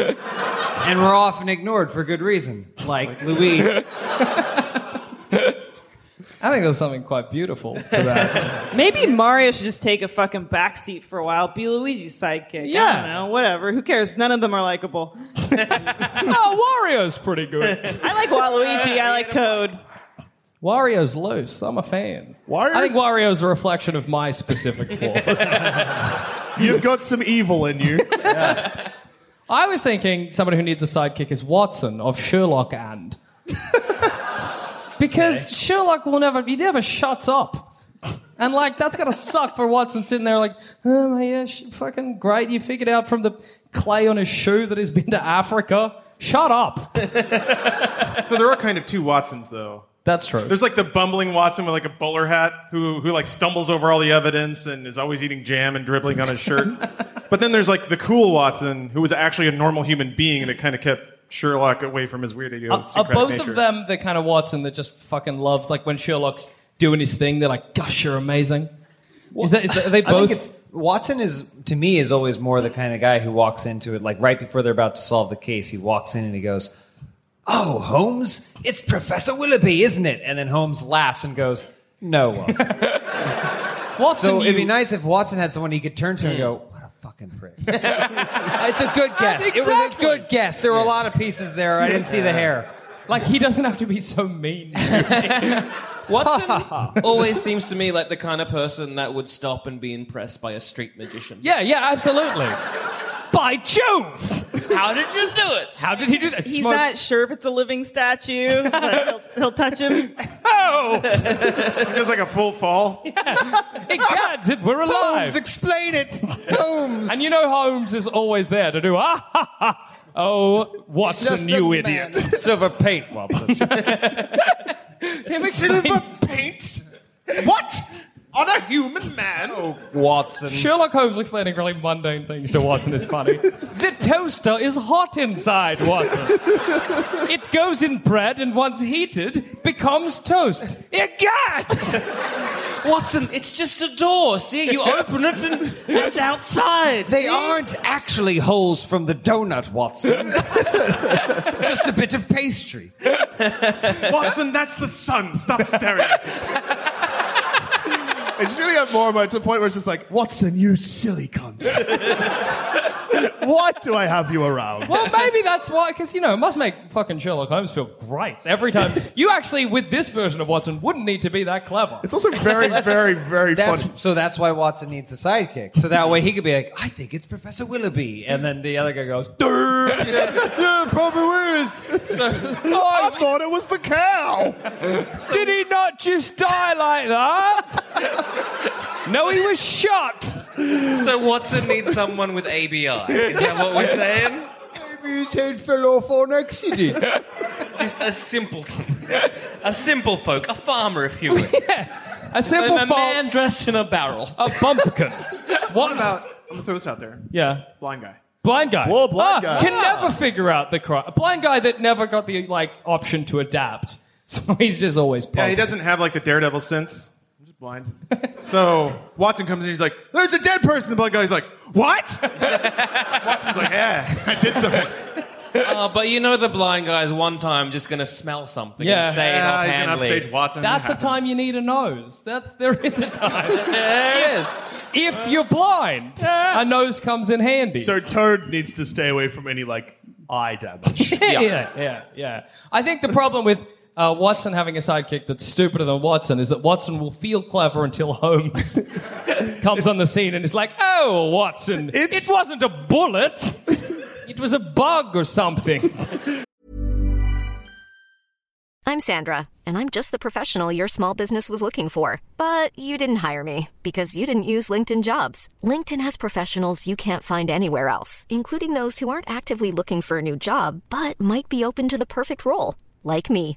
S3: And we're often ignored for good reason, like Luigi.
S4: I think there's something quite beautiful to that.
S5: Maybe Mario should just take a fucking backseat for a while, be Luigi's sidekick. I
S4: Yeah.
S5: don't know, whatever. Who cares? None of them are likable.
S4: no, Oh, Wario's pretty good.
S5: I like Waluigi. I like Toad.
S4: Wario's loose. I'm a fan.
S2: Wario's-
S4: I think Wario's a reflection of my specific flaws.
S2: You've got some evil in you.
S4: I was thinking somebody who needs a sidekick is Watson of Sherlock and. because Sherlock will never, he never shuts up. And like, that's gotta suck for Watson sitting there like, oh my gosh, fucking great. You figured out from the clay on his shoe that he's been to Africa. Shut up.
S6: So there are kind of two Watsons, though.
S4: That's true.
S6: There's like the bumbling Watson with like a bowler hat who who like stumbles over all the evidence and is always eating jam and dribbling on his shirt. but then there's like the cool Watson who was actually a normal human being and it kind of kept Sherlock away from his weird
S4: Are,
S6: idiosyncratic
S4: are Uh, both
S6: nature.
S4: of them the kind of Watson that just fucking loves, like when Sherlock's doing his thing, they're like, gosh, you're amazing? Is that, is that, are they
S3: I
S4: both?
S3: think it's Watson is to me is always more the kind of guy who walks into it like right before they're about to solve the case. He walks in and he goes, "Oh, Holmes, it's Professor Willoughby, isn't it?" And then Holmes laughs and goes, "No, Watson."
S4: Watson,
S3: so it'd be
S4: you-
S3: nice if Watson had someone he could turn to and go, "What a fucking prick." it's a good guess. It was a
S4: Exactly.
S3: good guess. There were a lot of pieces there. I didn't see the hair.
S4: Like he doesn't have to be so mean.
S1: Watson always seems to me like the kind of person that would stop and be impressed by a street magician.
S4: yeah, yeah, absolutely. By Jove!
S1: How did you do it?
S4: How did he do that?
S5: He's
S4: Smoke-
S5: not sure if it's a living statue. but he'll, he'll touch him.
S4: Oh,
S6: He does like a full fall.
S4: it can't. it- We're alive.
S3: explain it. Holmes.
S4: and you know Holmes is always there to do. Ah, ha, ha. Oh, Watson, you idiot!
S3: Silver paint, Watson.
S4: Him explaining-
S7: paint? What? On a human man?
S3: Watson.
S4: Sherlock Holmes explaining really mundane things to Watson is funny. the toaster is hot inside, Watson. it goes in bread and once heated becomes toast. It gets.
S1: Watson, it's just a door. See, you open it and it's outside.
S3: They aren't actually holes from the donut, Watson. it's just a bit of pastry.
S6: Watson, that's the sun. Stop staring at it.
S2: It's just gonna get more and more to the point where it's just like, Watson, you silly cunt. Why do I have you around?
S4: Well, maybe that's why, because you know, it must make fucking Sherlock Holmes feel great every time. you actually, with this version of Watson, wouldn't need to be that clever.
S2: It's also very, very, very
S3: That's,
S2: funny.
S3: so that's why Watson needs a sidekick. So that way he could be like, I think it's Professor Willoughby. And then the other guy goes, "Durr." yeah, it probably is. oh,
S2: I thought it was the cow.
S4: Did he not just die like that? no, he was shot.
S1: So Watson needs someone with ABI. Is that what we're saying?
S3: Maybe his head fell off on accident.
S1: Just a simpleton. A simple folk, a farmer, if you will.
S4: A simple
S1: A
S4: fault,
S1: man dressed in a barrel.
S4: a bumpkin.
S6: What about? I'm gonna throw this out there.
S4: Yeah.
S6: Blind guy.
S4: Blind guy.
S2: Whoa, blind guy.
S4: Ah, Can never figure out the crime. A blind guy that never got the like option to adapt. So he's just always puzzled.
S6: Yeah, he doesn't have like the daredevil sense. I'm just blind. so Watson comes in. He's like, "There's a dead person." The blind guy's like, "What?" Watson's like, "Yeah, I did something."
S1: Uh, but you know the blind guy's one time just going to smell something
S4: Yeah.
S1: and say it
S6: Yeah, he's gonna
S1: offhandly.
S6: upstage Watson.
S4: That's
S6: It
S4: a time you need a nose. That's there is a time. there is. If you're blind, a nose comes in handy.
S2: So Toad needs to stay away from any like eye damage.
S4: yeah, yeah, yeah, yeah. I think the problem with uh, Watson having a sidekick that's stupider than Watson is that Watson will feel clever until Holmes comes on the scene and is like, "Oh, Watson,
S2: It's-
S4: it wasn't a bullet." It was a bug or something.
S10: I'm Sandra, and I'm just the professional your small business was looking for. But you didn't hire me because you didn't use LinkedIn jobs. LinkedIn has professionals you can't find anywhere else, including those who aren't actively looking for a new job but might be open to the perfect role, like me.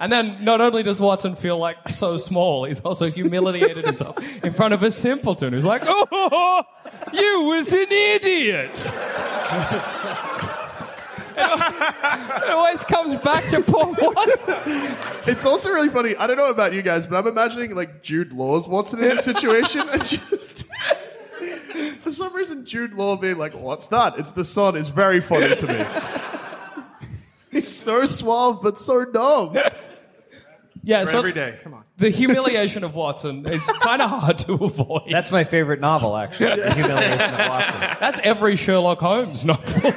S4: And then not only does Watson feel like so small, he's also humiliated himself in front of a simpleton who's like, oh, you was an idiot. It always comes back to poor Watson.
S2: It's also really funny. I don't know about you guys, but I'm imagining like Jude Law's Watson in this situation and just. For some reason, Jude Law being like, "What's that? It's the sun." is very funny to me. He's so suave but so dumb.
S4: Yeah, so
S6: Every day. Come on.
S4: the humiliation of Watson is kind of hard to avoid.
S3: That's my favorite novel, actually. The Humiliation of Watson.
S4: That's every Sherlock Holmes novel.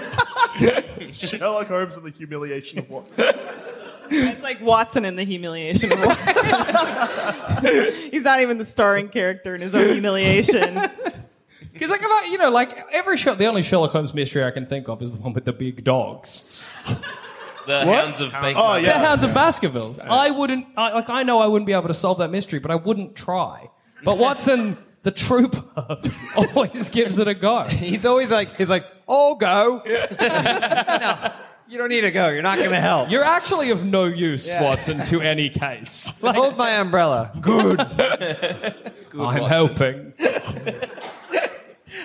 S2: Sherlock Holmes and the humiliation of Watson.
S5: It's like Watson in the humiliation of Watson. He's not even the starring character in his own humiliation.
S4: Because like about you know like every Sherlock, the only Sherlock Holmes mystery I can think of is the one with the big dogs,
S1: The hounds of bacon.
S2: Oh
S4: the
S2: yeah.
S4: Hounds of Baskervilles. I wouldn't I, like I know I wouldn't be able to solve that mystery, but I wouldn't try. But Watson, the trooper, always gives it a go.
S3: He's always like, he's like, oh, go. no, you don't need to go. You're not going to help.
S4: You're actually of no use,
S3: Yeah.
S4: Watson, to any case. Like,
S3: Hold my umbrella. Good.
S4: I'm helping.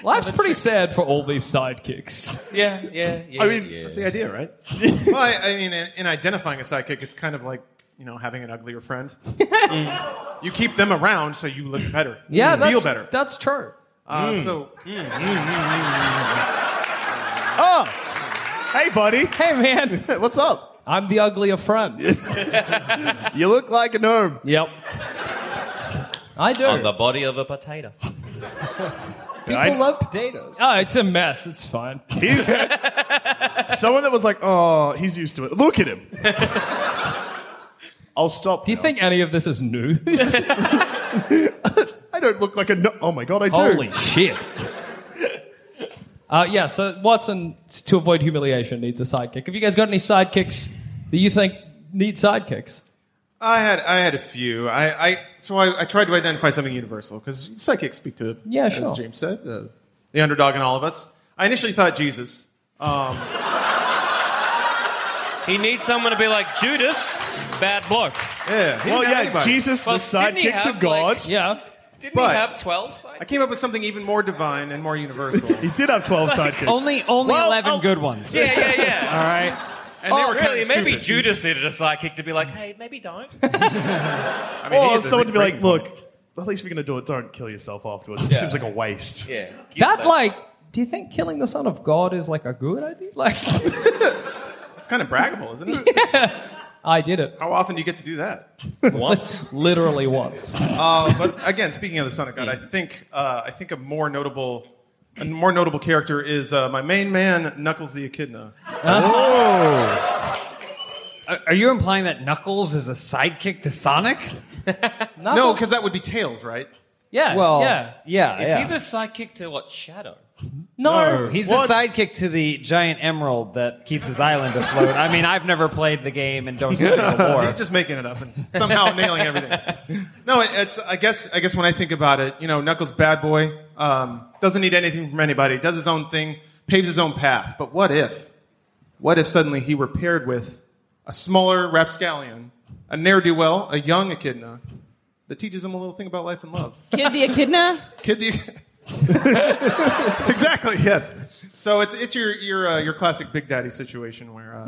S4: Life's pretty sad for all these sidekicks.
S1: Yeah, yeah, yeah.
S2: I mean,
S1: yeah.
S2: that's the idea, right?
S6: well, I, I mean, in, in identifying a sidekick, it's kind of like you know having an uglier friend.
S2: Mm.
S6: you keep them around so you look better.
S4: Yeah,
S6: you
S4: that's,
S6: feel better.
S4: That's true.
S6: Uh,
S1: Mm.
S6: So
S2: Oh, hey, buddy.
S4: Hey man,
S2: What's up?
S4: I'm the uglier friend.
S2: You look like a gnome.
S4: Yep. I do.
S1: on the body of a potato.
S3: People love potatoes.
S4: Oh, it's a mess. It's fine.
S2: He's someone that was like, oh, he's used to it. Look at him. I'll stop.
S4: Do you think any of this is news?
S2: I don't look like a no. Oh my god, I do.
S4: Holy shit. Uh, yeah, so Watson, to avoid humiliation, needs a sidekick. Have you guys got any sidekicks that you think need sidekicks?
S6: I had I had a few. I, I so I, I tried to identify something universal because psychics speak to
S4: Yeah,
S6: as
S4: sure.
S6: James said uh, the underdog in all of us. I initially thought Jesus.
S1: He needs someone to be like Judas, bad bloke.
S6: Yeah. he
S2: Well,
S6: didn't have
S2: Oh, yeah,
S6: anybody.
S2: Jesus,
S1: Well,
S2: the
S1: didn't he
S2: sidekick to
S1: have,
S2: God.
S1: like-
S4: Yeah.
S1: Didn't
S6: But-
S1: he have twelve sides?
S6: I came up with something even more divine and more universal.
S2: He did have 12 sidekicks.
S3: Only, only
S2: Well,
S3: 11
S4: oh,
S2: I'll-
S3: good ones.
S1: Yeah, yeah, yeah. Oh,
S3: All right.
S6: And they were
S1: really,
S6: kind of
S1: maybe Judas needed a sidekick to be like, hey, maybe don't.
S6: I mean, he
S2: or
S6: had the
S2: Oh, someone to be like,
S6: breaking point.
S2: look, at least if you're going to do it, don't kill yourself afterwards. It seems like a waste.
S1: Yeah.
S4: That, like, do you think killing the Son of God is, like, a good idea? Like,
S6: it's kind of braggable, isn't it?
S4: I did it
S6: How often do you get to do that?
S1: once.
S4: literally once.
S6: Uh, but again, speaking of the Son of God, I think uh, I think a more notable a more notable character is uh, my main man Knuckles the Echidna.
S3: Are- Are you implying that Knuckles is a sidekick to Sonic?
S6: No, because that would be Tails, right?
S4: Yeah.
S3: Well,
S4: yeah.
S3: yeah.
S1: Is
S3: yeah.
S1: he the sidekick to what? Shadow?
S4: No.
S3: He's
S4: What?
S3: a sidekick to the giant emerald that keeps his island afloat. I mean, I've never played the game and don't know more.
S6: He's just making it up and somehow nailing everything. No, it, it's I guess I guess when I think about it, you know, Knuckles bad boy um, doesn't need anything from anybody, does his own thing, paves his own path. But what if, what if suddenly he were paired with a smaller rapscallion, a ne'er do well, a young echidna that teaches him a little thing about life and love.
S5: Kid the Echidna?
S6: Kid the exactly yes. So it's it's your your uh, your classic Big Daddy situation where uh,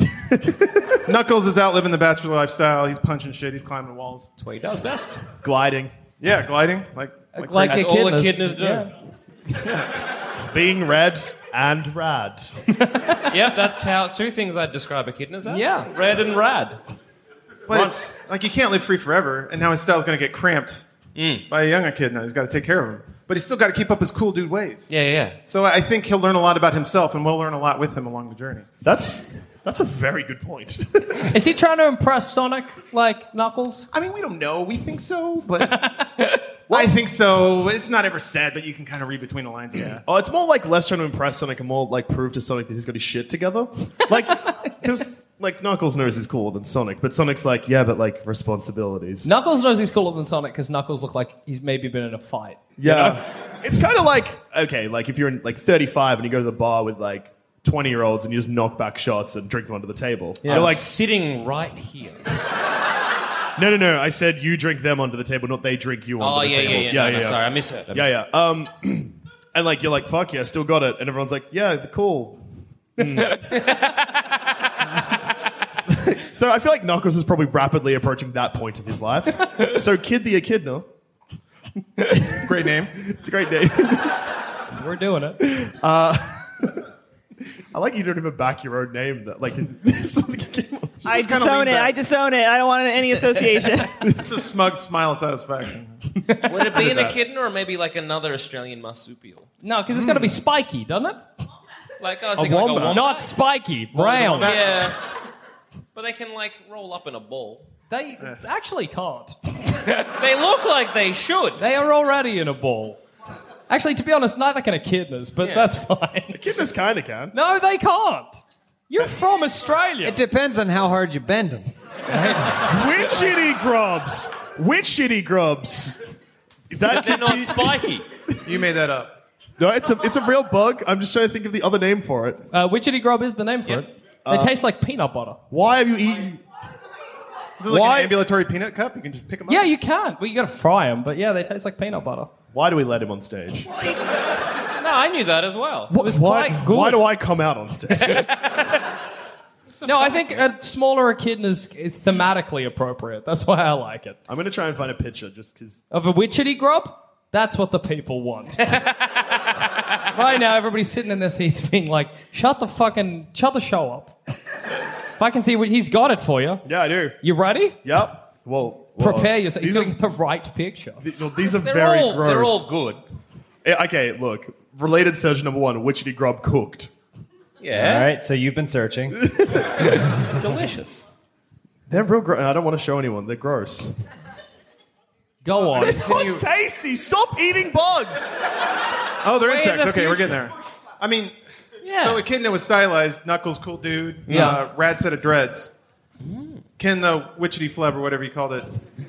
S6: Knuckles is out living the bachelor lifestyle. He's punching shit. He's climbing walls.
S1: That's what he does best.
S2: Gliding,
S6: Yeah, gliding like like,
S4: like
S1: That's all echidnas do.
S4: Yeah.
S2: being red and rad.
S1: Yep, that's how two things I'd describe echidnas as.
S4: Yeah.
S1: Red and rad.
S6: but it's, like you can't live free forever. And now his style's going to get cramped by a younger kid now. He's got to take care of him, but he's still got to keep up his cool dude ways.
S1: Yeah, yeah, yeah.
S6: So I think he'll learn a lot about himself, and we'll learn a lot with him along the journey.
S2: That's that's a very good point.
S4: Is he trying to impress Sonic like Knuckles?
S6: I mean, we don't know. We think so, but I think so. It's not ever said, but you can kind of read between the lines. Yeah.
S2: Oh, it's more like less trying to impress Sonic and more like prove to Sonic that he's got his shit together. Like, because like Knuckles knows he's cooler than Sonic, but Sonic's like, yeah, but like responsibilities.
S4: Knuckles knows he's cooler than Sonic because Knuckles look like he's maybe been in a fight.
S2: yeah, it's kind of like okay, like if you're in like 35 and you go to the bar with like 20 year olds and you just knock back shots and drink them under the table. You're like,
S1: sitting right here.
S2: no, no, no. I said you drink them under the table, not they drink you under
S1: Oh
S2: the
S1: yeah, yeah,
S2: table.
S1: yeah. no, no, Sorry, I misheard. I misheard.
S2: Yeah, yeah. Um, and like you're like, fuck yeah, still got it, and everyone's like, yeah, cool. Hmm. Mm. so I feel like Knuckles is probably rapidly approaching that point of his life. so Kid the Echidna,
S6: Great name.
S2: it's a great name. Uh,
S4: We're doing it.
S2: I like you don't even back your own name. That like it's something you came up with.
S5: I
S6: Just kinda
S5: disown
S6: lean
S5: it.
S6: back.
S5: I disown it. I don't want any association.
S6: It's a smug smile of satisfaction.
S1: Would it be an echidna or maybe like another Australian marsupial?
S4: No, because it's going to
S2: Hmm.
S4: be spiky, doesn't it?
S1: Like I was thinking, like a
S2: wombat.
S1: wombat.
S4: Not spiky, brown.
S1: yeah. But they can like roll up in a ball.
S4: They actually can't.
S1: They look like they should.
S4: They are already in a ball. Actually, to be honest, neither can echidnas, but
S1: Yeah.
S4: that's fine.
S2: Echidnas kind of can.
S4: No, they can't. You're from Australia.
S3: It depends on how hard you bend them.
S2: Which shitty grubs? Which shitty grubs? That
S1: They're
S2: could
S1: not
S2: be-
S1: spiky.
S6: You made that up.
S2: no, it's a it's a real bug. I'm just trying to think of the other name for it.
S4: uh, Widgety Grub is the name for it.
S2: Uh,
S4: They taste like peanut butter.
S2: Why have you eaten?
S6: Is it like
S2: Why-
S6: an ambulatory peanut cup? You can just pick them up.
S4: Yeah, you can. Well, you got to fry them, but yeah, they taste like peanut butter.
S2: Why do we let him on stage?
S1: No, I knew that as well.
S2: What,
S4: was
S2: why,
S4: quite good.
S2: why do I come out on stage?
S4: No, I think a smaller echidna is is thematically appropriate. That's why I like it.
S2: I'm going to try and find a picture just because.
S4: Of a witchetty grub, that's what the people want. right now, everybody's sitting in their seats being like, shut the fucking, shut the show up. if I can see what he's got it for you.
S2: Yeah, I do.
S4: You ready?
S2: Yep. Well, well,
S4: Prepare yourself.
S2: These
S4: He's going
S2: are,
S4: to get the right picture.
S2: th- well, these are
S1: They're
S2: very
S1: all
S2: gross.
S1: they're all good.
S2: Eh, Okay, look. Related search number one: Witchetty grub cooked.
S3: All
S1: Yeah.
S3: right, so you've been searching.
S1: Delicious.
S2: They're real gross. I don't want to show anyone. They're gross.
S4: Go on.
S2: Not tasty. Stop eating bugs.
S6: Oh, they're insects.
S1: the
S6: okay, we're getting there. I mean, so Echidna was stylized. Knuckles, cool dude.
S4: Yeah.
S6: Uh, rad set of dreads. Can the witchetty flub or whatever you called it,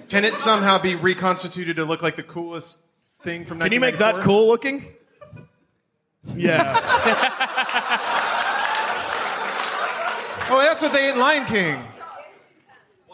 S6: can it somehow be reconstituted to look like the coolest thing from?
S2: Can you make that cool looking? Yeah.
S6: Oh, that's what they ate in Lion King.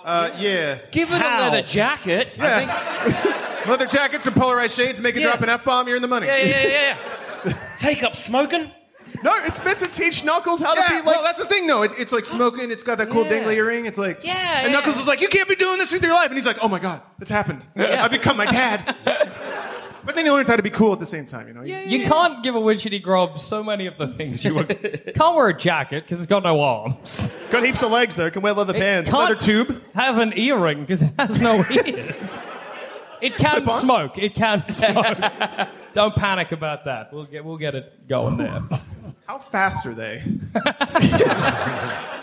S6: Uh, yeah.
S1: Give it
S8: How?
S1: a leather jacket.
S6: Yeah. Leather jackets and polarized shades make it
S1: Yeah.
S6: drop an F bomb, you're in the money.
S1: Yeah, yeah, yeah, yeah. Take up smoking.
S2: no, it's meant to teach Knuckles how
S6: Yeah,
S2: to be like.
S6: well, that's the thing, though. It's, it's like smoking. It's got that cool
S1: Yeah.
S6: dangly earring. It's like,
S1: Yeah,
S6: And
S1: yeah.
S6: Knuckles is like, you can't be doing this with your life. And he's like, oh my god, it's happened. I've become my dad. but then he learns how to be cool at the same time. You know, yeah,
S4: You can't give a witchetty grub so many of the things you would. can't wear a jacket because it's got no arms.
S2: Got heaps of legs though. Can wear leather bands.
S4: can't-
S2: Leather tube.
S4: Have an earring because it has no ear. It can smoke. It can smoke. Don't panic about that. We'll get we'll get it going there.
S6: How fast are they?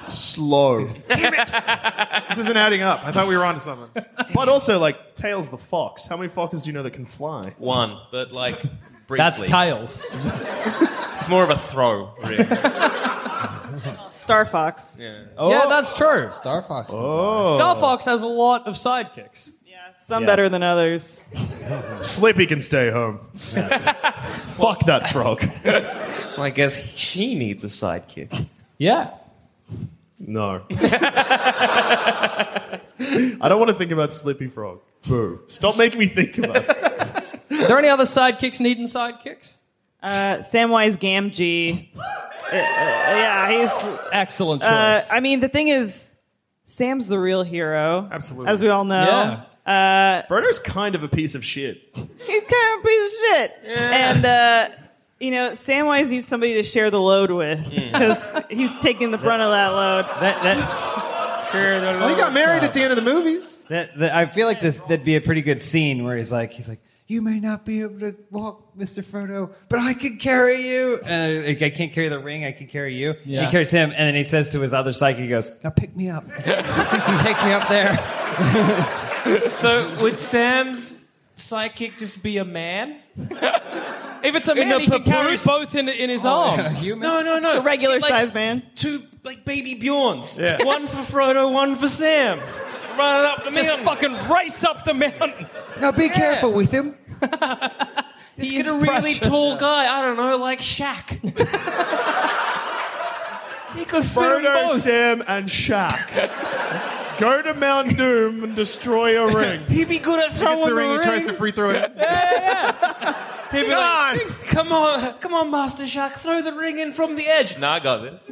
S2: Slow.
S6: This isn't adding up. I thought we were onto something.
S2: but also like Tails the fox. How many foxes do you know that can fly?
S1: One, but like briefly.
S4: That's tails.
S1: It's more of a throw. Really.
S5: Star Fox.
S3: Oh,
S4: Yeah, that's true.
S3: Star Fox.
S4: Star Fox has a lot of sidekicks.
S5: Yeah, some better than others.
S2: Slippy can stay home. Fuck that frog.
S1: I guess she needs a sidekick.
S4: Yeah.
S2: No. I don't want to think about Slippy Frog. Boo. Stop making me think about it.
S4: Are there any other sidekicks needing sidekicks?
S5: Uh, Samwise Gamgee. Uh, uh, yeah, he's.
S4: Excellent choice.
S5: Uh, I mean, the thing is, Sam's the real hero.
S6: Absolutely.
S5: As we all know.
S4: yeah.
S2: Frodo's kind of a piece of shit.
S5: He's kind of a piece of shit. And, uh, you know, Samwise needs somebody to share the load with because he's taking the brunt of that load.
S3: That, that,
S6: Well, Oh, he got married at the end of the movies.
S3: That, that I feel like this that'd be a pretty good scene where he's like he's like you may not be able to walk, Mister Frodo, but I can carry you. And like, I can't carry the ring, I can carry you.
S4: Yeah.
S3: He carries him, and then he says to his other psyche, he goes, "Now pick me up, take me up there."
S1: So would Sam's psychic just be a man?
S4: If it's a
S1: In
S4: man,
S1: a
S4: he can carry
S1: papoose?
S4: both in, in
S3: Oh,
S4: his arms.
S3: Human.
S1: No, no, no.
S5: It's a regular
S1: Like,
S5: size man.
S1: Two like baby Bjorns. One for Frodo, one for Sam. Running up the
S4: Just
S1: mountain.
S4: fucking race up the mountain.
S3: Now be careful with him.
S1: He's
S4: is
S1: a really
S4: precious.
S1: tall guy. I don't know, like Shaq. he could fit 'em
S2: Frodo,
S1: both.
S2: Sam, and Shaq. Go to Mount Doom and destroy a ring.
S1: He'd be good at
S6: Gets
S1: throwing
S6: the ring, he tries to
S1: ring.
S6: free throw it.
S1: He'd be like, come on, come on, Master Shaq, throw the ring in from the edge. Nah, I got this.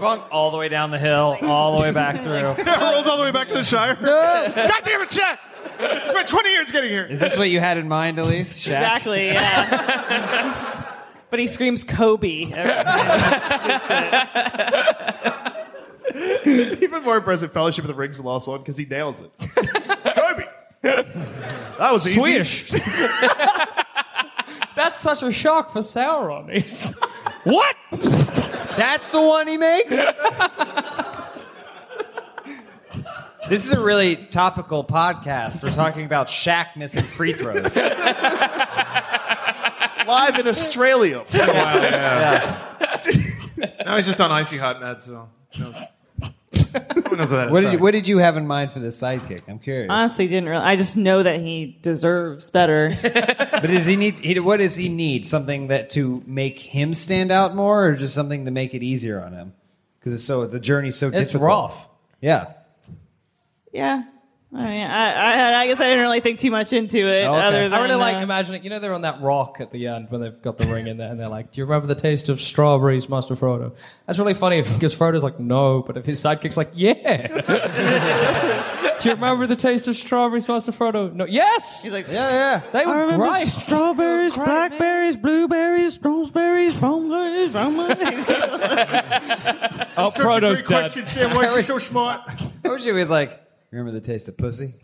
S3: Bunk all the way down the hill, all the way back through.
S6: rolls all the way back to the Shire. God damn it, Chet! I spent 20 years getting here.
S3: Is this what you had in mind, Elise? Shaq?
S5: Exactly, yeah. but he screams Kobe.
S2: Even more impressive, Fellowship of the Ring's the last one because he nails it. Kobe! That was easy.
S4: Swish. That's such a shock for Sauron. He's- what?
S3: That's the one he makes? this is a really topical podcast. We're talking about Shaq missing free throws. Yeah.
S2: Live in Australia.
S6: Now he's just on Icy Hot Mad, so. Who knows, Who knows what that is?
S3: What did you What did you have in mind for this sidekick? I'm curious.
S5: Honestly, didn't really. I just know that he deserves better.
S3: but does he need? He, what does he need? Something that to make him stand out more, or just something to make it easier on him? Because it's so the journey's so difficult.
S4: rough.
S3: Yeah.
S5: Yeah. I mean, I, I, I guess I didn't really think too much into it.
S2: Oh,
S5: Other than
S4: I really like
S5: uh,
S4: imagining, you know, they're on that rock at the end when they've got the ring in there and they're like, Do you remember the taste of strawberries, Master Frodo? That's really funny because Frodo's like, No, but if his sidekick's like, Yeah. Do you remember the taste of strawberries, Master Frodo? No, yes.
S5: He's like,
S3: Yeah.
S4: They
S5: I
S4: were
S5: remember
S4: great.
S5: strawberries,
S4: Great, man.
S5: blackberries, blueberries, raspberries, blueberries, blueberries.
S4: Oh, Frodo's dead.
S6: Question, Sam, why is he so smart?
S3: yeah. Oji was like, "Remember the taste of pussy?"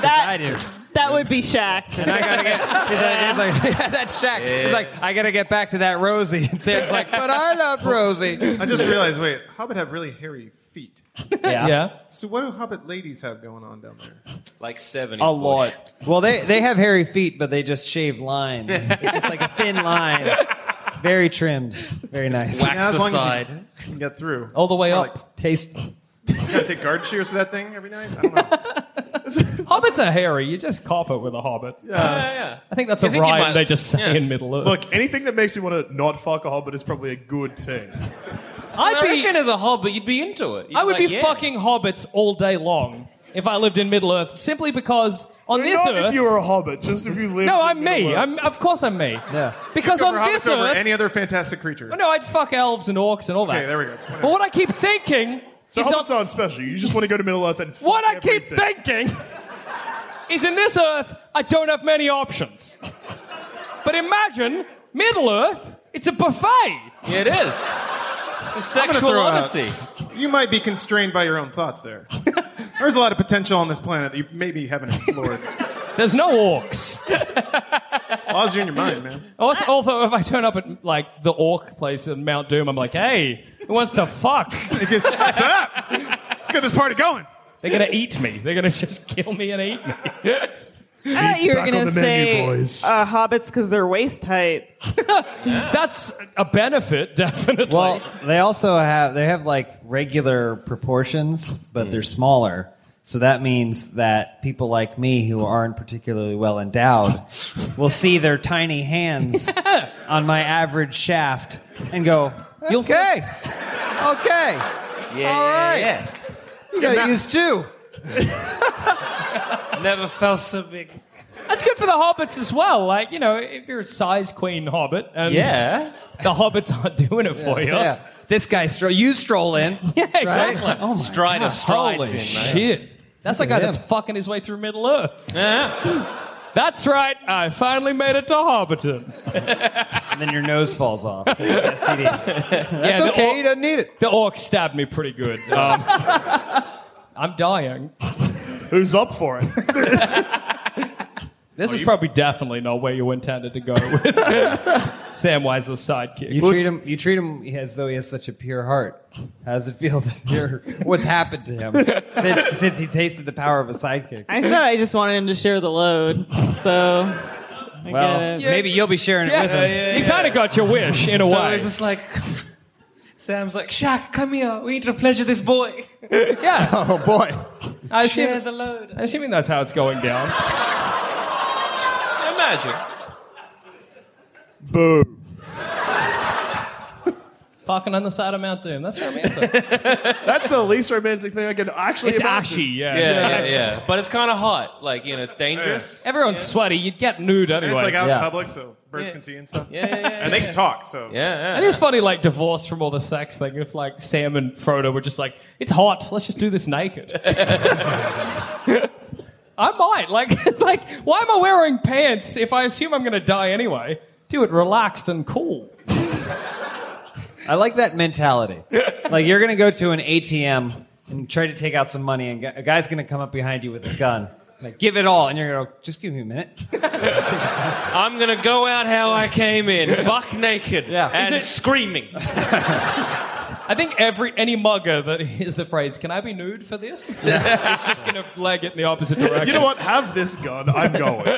S5: that
S3: do.
S5: that would be Shaq.
S3: I gotta get. He's like, he's like, yeah, that's Shaq. He's like, I gotta get back to that Rosie. And Sam's like, but I love Rosie.
S6: I just realized, wait, Hobbit have really hairy feet.
S4: Yeah.
S6: So what do Hobbit ladies have going on down there?
S1: Like seven.
S2: A lot.
S3: Well, they they have hairy feet, but they just shave lines. It's just like a thin line, very trimmed, very nice.
S1: Wax
S6: Yeah, as
S1: the
S6: long as you-
S1: side.
S6: You can get through.
S4: All the way
S6: Or, like,
S4: up. Taste.
S6: you gotta take guard shears to that thing every night? I don't know.
S4: Hobbits are hairy. You just cop it with a hobbit.
S6: Uh,
S1: yeah, yeah.
S4: I think that's a
S1: think you
S4: rhyme
S1: might-
S4: they just say
S1: yeah.
S4: in Middle Earth.
S2: Look, anything that makes me want to not fuck a hobbit is probably a good thing.
S4: I'd
S1: I
S4: be,
S1: reckon as a hobbit, you'd be into it. You'd
S4: I would
S1: like,
S4: be
S1: yeah.
S4: fucking hobbits all day long if I lived in Middle Earth, simply because on this
S2: Not
S4: earth.
S2: if you were a hobbit, just if you lived.
S4: no,
S2: in
S4: I'm me.
S2: Middle-earth.
S4: I'm of course I'm me.
S3: Yeah.
S4: Because
S6: Over
S4: on
S6: Hobbits
S4: this
S6: over
S4: earth, Oh,
S6: any other fantastic creature.
S4: no, I'd fuck elves and orcs and all that.
S6: Okay, there we go.
S4: But what I keep thinking
S2: So
S4: is
S2: hobbits
S4: on,
S2: aren't special. You just want to go to Middle Earth and. Fuck
S4: what I keep
S2: everything.
S4: thinking is in this earth I don't have many options. But imagine Middle Earth, it's a buffet.
S1: Yeah, it is. It's a
S6: I'm gonna
S1: sexual
S6: throw out-
S1: odyssey.
S6: You might be constrained by your own thoughts there. There's a lot of potential on this planet that you maybe haven't explored.
S4: There's no orcs.
S6: Laws are in your mind, man.
S4: Also, although if I turn up at like the orc place in Mount Doom, I'm like, hey, who wants to fuck?
S6: Let's get this party going.
S4: They're gonna eat me. They're gonna just kill me and eat me.
S5: I thought you were
S2: back on
S5: gonna
S2: the menu,
S5: say
S2: boys.
S5: uh, hobbits because they're waist height.
S4: That's a benefit, definitely.
S3: Well, they also have they have like regular proportions, but they're smaller. So that means that people like me who aren't particularly well endowed will see their tiny hands on my average shaft and go,
S4: You'll
S3: "Okay, okay,
S1: Yeah,
S3: all right,
S1: yeah,
S3: you gotta use two.
S1: yeah. Never felt so big.
S4: that's good for the hobbits as well. Like, you know, if you're a size queen hobbit, and
S1: Yeah.
S3: Eh?
S4: the hobbits aren't doing it for you.
S3: Yeah, this guy stroll, you stroll in.
S4: Yeah, exactly.
S3: Right? Oh my
S1: Strider strides
S4: Holy
S1: in. mate.
S4: shit. That's a guy
S3: at
S4: that's
S3: him.
S4: fucking his way through Middle Earth.
S1: Yeah.
S4: That's right, I finally made it to Hobbiton.
S3: And then your nose falls off. STDs.
S4: That's
S3: okay, he doesn't need it.
S4: The orc stabbed me pretty good. Um, I'm dying.
S2: Who's up for it?
S4: This is probably definitely not where you intended to go with Samwise's sidekick.
S3: You treat him. You treat him as though he has such a pure heart. How does it feel to hear what's happened to him since, since he tasted the power of a sidekick?
S5: I said I just wanted him to share the load. So, I
S3: Well,
S5: get it.
S3: maybe you'll be sharing it
S4: yeah,
S3: with him.
S4: you kind of got your wish in a
S1: So
S4: way.
S1: it's just like Sam's like, Shaq, come here. We need to pleasure this boy.
S4: yeah,
S3: Oh boy,
S4: I
S1: Share
S4: assume,
S1: the load.
S4: assuming that's how it's going down.
S1: Imagine.
S2: Boo.
S4: Parking on the side of Mount Doom. That's romantic.
S2: That's the least romantic thing I can actually
S4: it's
S2: imagine.
S4: ashy, yeah.
S1: Yeah, yeah, yeah. But it's kind of hot. Like, you know, it's dangerous.
S4: Everyone's sweaty. You'd get nude anyway.
S6: It's like
S2: uh,
S6: out
S3: Yeah.
S6: in public, so birds can see and stuff.
S1: Yeah, yeah, yeah.
S6: And they can talk, so
S1: yeah,
S4: It
S1: yeah.
S4: is funny, like divorced from all the sex thing. If like Sam and Frodo were just like, it's hot, let's just do this naked. I might like it's like, why am I wearing pants if I assume I'm going to die anyway? Do it relaxed and cool.
S3: I like that mentality. Like you're gonna go to an ATM and try to take out some money, and a guy's gonna come up behind you with a gun. Like, give it all, and you're gonna go, just give me a minute.
S1: I'm going to go out how I came in, buck naked
S3: Yeah.
S1: and
S4: Is it-
S1: screaming.
S4: I think every any mugger that hears the phrase, "Can I be nude for this?" is just going to leg it in the opposite direction.
S2: You know what? Have this gun. I'm going.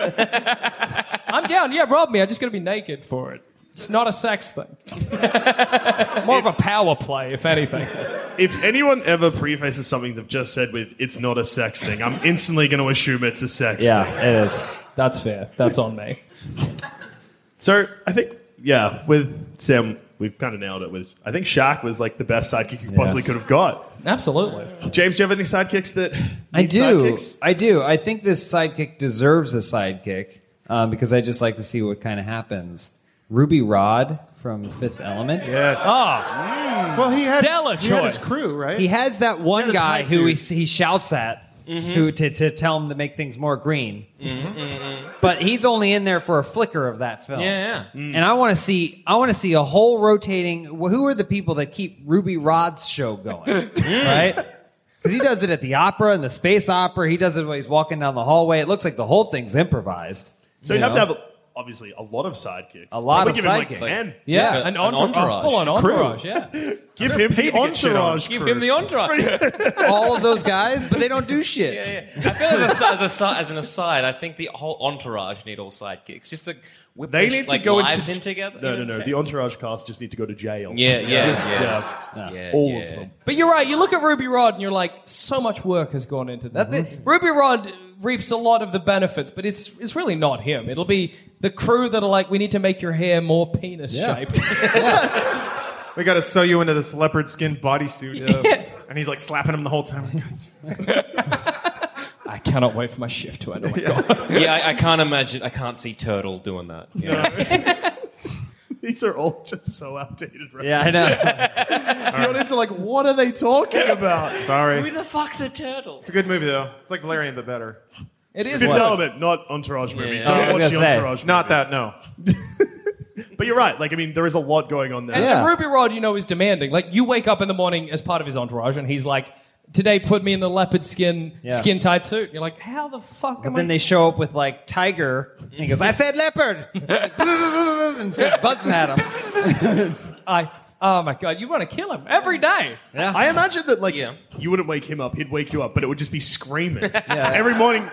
S4: I'm down. Yeah, rob me. I'm just going to be naked for it. It's not a sex thing. More of a power play, if anything.
S2: if anyone ever prefaces something they've just said with "It's not a sex thing," I'm instantly going to assume it's a sex. thing.
S3: it is.
S4: That's fair. That's on me.
S2: So I think yeah, with Sam, we've kind of nailed it. With I think Shaq was like the best sidekick you possibly could have got.
S4: Absolutely.
S2: James, do you have any sidekicks that
S3: I
S2: need
S3: do.
S2: sidekicks?
S3: I do. I think this sidekick deserves a sidekick um, because I just like to see what kind of happens. Ruby Rod from Fifth Element.
S4: Ah,
S6: well, he had,
S4: Stellar
S6: he had his
S4: choice.
S6: crew, right?
S3: He has that one
S6: his
S3: guy
S6: hype
S3: who he,
S6: dude.
S3: he shouts at who to, to tell him to make things more green. But he's only in there for a flicker of that film. Mm.
S1: Yeah, yeah.
S3: And I want to see I want to see a whole rotating who are the people that keep Ruby Rod's show going, right? Cuz he does it at the opera and the space opera. He does it when he's walking down the hallway. It looks like the whole thing's improvised.
S2: So you, have to
S3: know?
S2: have obviously a lot of sidekicks.
S3: A lot
S2: Probably give
S3: of
S2: him
S3: sidekicks.
S2: Like 10.
S4: yeah.
S1: Like a-
S4: an,
S1: an
S4: entourage.
S1: entourage.
S4: Full on entourage, yeah.
S2: Give him the
S6: to get shit on.
S2: entourage.
S1: Give
S2: crew.
S1: him the entourage.
S3: all of those guys, but they don't do shit.
S1: I feel as, a, as, a, si- as an aside, I think the whole entourage need all sidekicks just to whip
S2: They
S1: their,
S2: need to
S1: like,
S2: go
S1: lives
S2: into
S1: in together.
S2: No,
S1: you
S2: no,
S1: know?
S2: no. The entourage cast just need to go to jail.
S1: Yeah, yeah, yeah.
S2: yeah.
S1: Yeah,
S2: All
S1: yeah.
S2: of them.
S4: But you're right. You look at Ruby Rod and you're like, so much work has gone into that. The- Ruby Rod reaps a lot of the benefits, but it's it's really not him. It'll be the crew that are like, we need to make your hair more penis shaped.
S6: We got to sew you into this leopard skin bodysuit. And he's like slapping him the whole time. Like,
S4: I cannot wait for my shift to end. Oh my God.
S1: Yeah, I, I can't imagine. I can't see Turtle doing that. you know?
S2: These are all just so outdated. Right?
S3: Yeah, I know.
S2: You're into like, what are they talking about?
S6: Sorry.
S1: Who the fuck's a turtle?
S6: It's a good movie, though. It's like Valerian, but better.
S4: It is
S2: Fifth
S4: what-
S2: Element, not entourage movie.
S1: Yeah.
S3: I was
S2: Don't watch
S3: gonna
S2: the
S3: say,
S2: entourage.
S6: Not
S2: movie.
S6: that, no.
S2: But you're right. Like, I mean, there is a lot going on there.
S4: And,
S3: Yeah.
S4: and Ruby Rod, you know, is demanding. Like, you wake up in the morning as part of his entourage, and he's like, "Today, put me in the leopard skin
S3: Yeah.
S4: skin tight suit." You're like, "How the fuck?"
S3: But
S4: am
S3: then
S4: I?
S3: they show up with like tiger, and he goes, "I said leopard," and starts buzzing at him.
S4: I, oh my god, you want to kill him every day?
S2: I imagine that, like,
S1: Yeah.
S2: you wouldn't wake him up. He'd wake you up, but it would just be screaming every morning.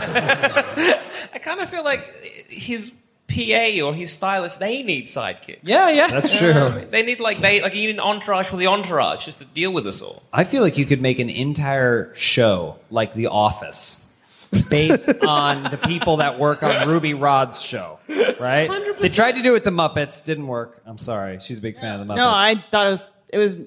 S1: I kind of feel like his PA or his stylist, they need sidekicks.
S4: Yeah, yeah.
S3: That's true.
S1: They need like they like you need an entourage for the entourage just to deal with us all.
S3: I feel like you could make an entire show like The Office based on the people that work on Ruby Rod's show, right? They tried to do it with the Muppets, didn't work. I'm sorry. She's a big fan of the Muppets.
S5: no, I thought it was it was it